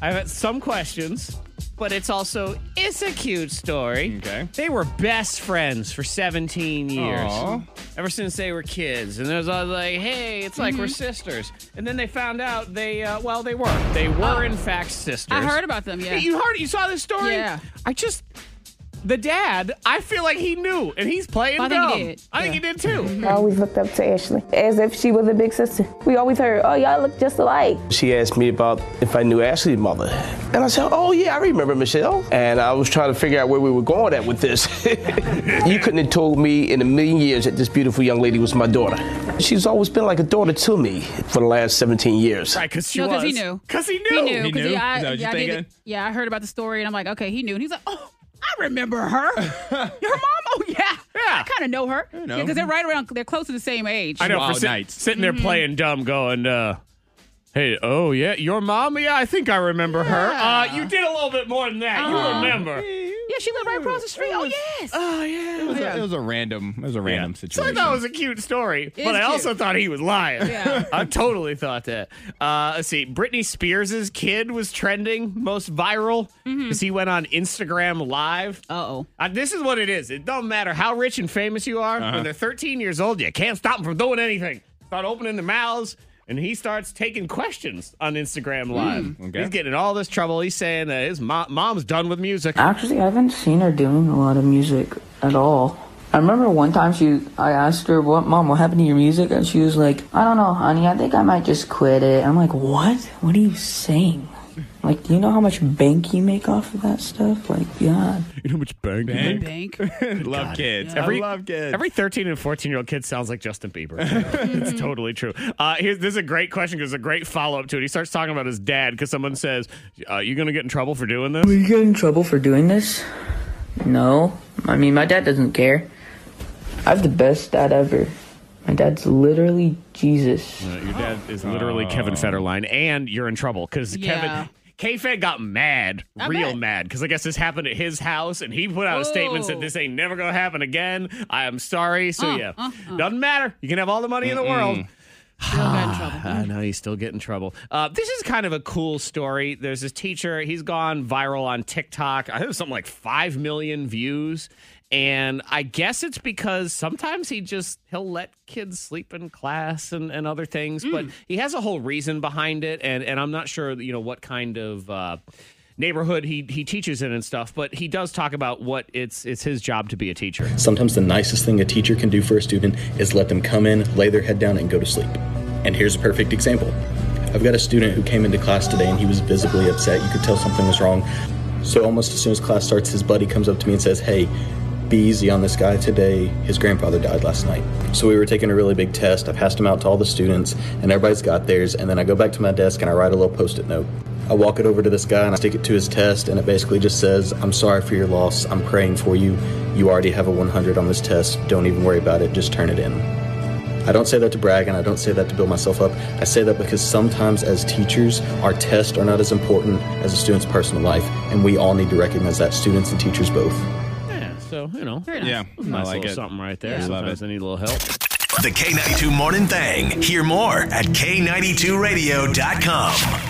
Speaker 5: I've had some questions, but it's also it's a cute story. Okay. They were best friends for 17 years.
Speaker 6: Aw.
Speaker 5: Ever since they were kids. And there's always like, hey, it's like we're
Speaker 7: Mhm.
Speaker 5: sisters. And then they found out they uh, well, they weren't. They were in fact sisters.
Speaker 7: Oh. I heard about them. Yeah,
Speaker 5: You heard you saw this story?
Speaker 7: Yeah,
Speaker 5: I just the dad, I feel like he knew and he's playing
Speaker 7: I think
Speaker 5: dumb.
Speaker 7: he did.
Speaker 5: I think he did too.
Speaker 12: I always looked up to Ashley as if she was a big sister. We always heard, oh, y'all look just alike.
Speaker 13: She asked me about if I knew Ashley's mother. And I said, Oh, yeah, I remember Michelle. And I was trying to figure out where we were going at with this. you couldn't have told me in a million years that this beautiful young lady was my daughter. She's always been like a daughter to me for the last 17 years.
Speaker 5: Right, because
Speaker 7: no, because he knew.
Speaker 5: Because he
Speaker 7: He
Speaker 5: knew.
Speaker 7: knew.
Speaker 13: He
Speaker 7: 'cause
Speaker 13: knew?
Speaker 7: I,
Speaker 13: Is that what you're
Speaker 7: yeah, I did-
Speaker 13: thinking?
Speaker 7: yeah, I heard about the story, and I'm like, okay, he knew. And he's like, oh, I remember her. Her mom? Oh yeah, yeah. I kind of know her.
Speaker 5: know.
Speaker 7: Yeah, because they're right around. They're close to the same age.
Speaker 5: I know for sit- sitting there playing dumb, going, uh, "Hey, oh yeah, your mom? Yeah, I think I remember her. Uh, you did a little bit more than that.
Speaker 6: Uh-huh.
Speaker 5: You remember?
Speaker 7: Yeah, she lived right across the street. oh yes.
Speaker 5: Oh yeah.
Speaker 6: It was, a, it was a random. It was a
Speaker 5: So
Speaker 6: random
Speaker 5: I
Speaker 6: situation.
Speaker 5: thought it was a cute story,
Speaker 6: It
Speaker 5: but
Speaker 6: is
Speaker 5: I
Speaker 6: cute.
Speaker 5: also thought he was lying.
Speaker 6: Yeah.
Speaker 5: I totally thought that. Uh, let's see. Britney Spears' kid was trending most viral because
Speaker 6: Mm-hmm.
Speaker 5: he went on Instagram Live. Uh,
Speaker 7: Uh-oh.
Speaker 5: This is what it is. It don't matter how rich and famous you are. When they're 13 years old, you can't stop them from doing anything. Start opening their mouths. And he starts taking questions on Instagram Live.
Speaker 14: Mm. Okay.
Speaker 5: He's getting in all this trouble. He's saying that his mo- mom's done with music.
Speaker 14: Actually, I haven't seen her doing a lot of music at all. I remember one time she, I asked her, "What, mom? What happened to your music?" And she was like, "I don't know, honey. I think I might just quit it." I'm like, "What? What are you saying? Like, do you know how much bank you make off of that stuff? Like, yeah."
Speaker 5: You know which bank?
Speaker 6: Bank.
Speaker 7: Bank.
Speaker 6: love kids.
Speaker 5: Yeah. Every-
Speaker 6: I love kids.
Speaker 5: Every 13 and 14 year old kid sounds like Justin Bieber. it's totally true. Uh, here's, this is a great question because a great follow up to it. He starts talking about his dad because someone says, uh, You going to get in trouble for doing this?
Speaker 14: Will you get in trouble for doing this? No. I mean, my dad doesn't care. I have the best dad ever. My dad's literally Jesus.
Speaker 5: Uh, your dad is literally
Speaker 6: Oh.
Speaker 5: Kevin Federline, and you're in trouble because
Speaker 6: Yeah.
Speaker 5: Kevin. K Fed got mad,
Speaker 6: I
Speaker 5: real
Speaker 6: bet.
Speaker 5: mad, because I guess this happened at his house, and he put out a statement
Speaker 6: Ooh.
Speaker 5: said this ain't never gonna happen again. I am sorry. So
Speaker 6: Uh,
Speaker 5: yeah,
Speaker 6: uh,
Speaker 5: doesn't matter. You can have all the money in the world.
Speaker 6: Mm-mm.
Speaker 5: I know you still get in trouble. Uh, this is kind of a cool story. There's this teacher. He's gone viral on TikTok. I think it was something like five million views. And I guess it's because sometimes he just he'll let kids sleep in class and, and other things,
Speaker 15: Hmm.
Speaker 5: but he has a whole reason behind it, and and I'm not sure you know what kind of. Uh, neighborhood he he teaches in and stuff but he does talk about what it's it's his job to be a teacher
Speaker 15: Sometimes the nicest thing a teacher can do for a student is let them come in, lay their head down, and go to sleep. And here's a perfect example. I've got a student who came into class today and he was visibly upset. You could tell something was wrong. So almost as soon as class starts, his buddy comes up to me and says, Hey, be easy on this guy today. His grandfather died last night. So we were taking a really big test. I passed them out to all the students, and everybody's got theirs. And then I go back to my desk and I write a little post it note. I walk it over to this guy and I stick it to his test, and it basically just says, I'm sorry for your loss. I'm praying for you. You already have a 100 on this test. Don't even worry about it. Just turn it in. I don't say that to brag and I don't say that to build myself up. I say that because sometimes as teachers, our tests are not as important as a student's personal life, and we all need to recognize that, students and teachers both.
Speaker 5: yeah so you know
Speaker 15: Very nice. Yeah,
Speaker 5: nice
Speaker 15: I like
Speaker 5: little
Speaker 15: it.
Speaker 5: something right there
Speaker 15: Yeah. Love
Speaker 5: sometimes i need a little help
Speaker 11: The K92 Morning Thing. Hear more at K92Radio.com.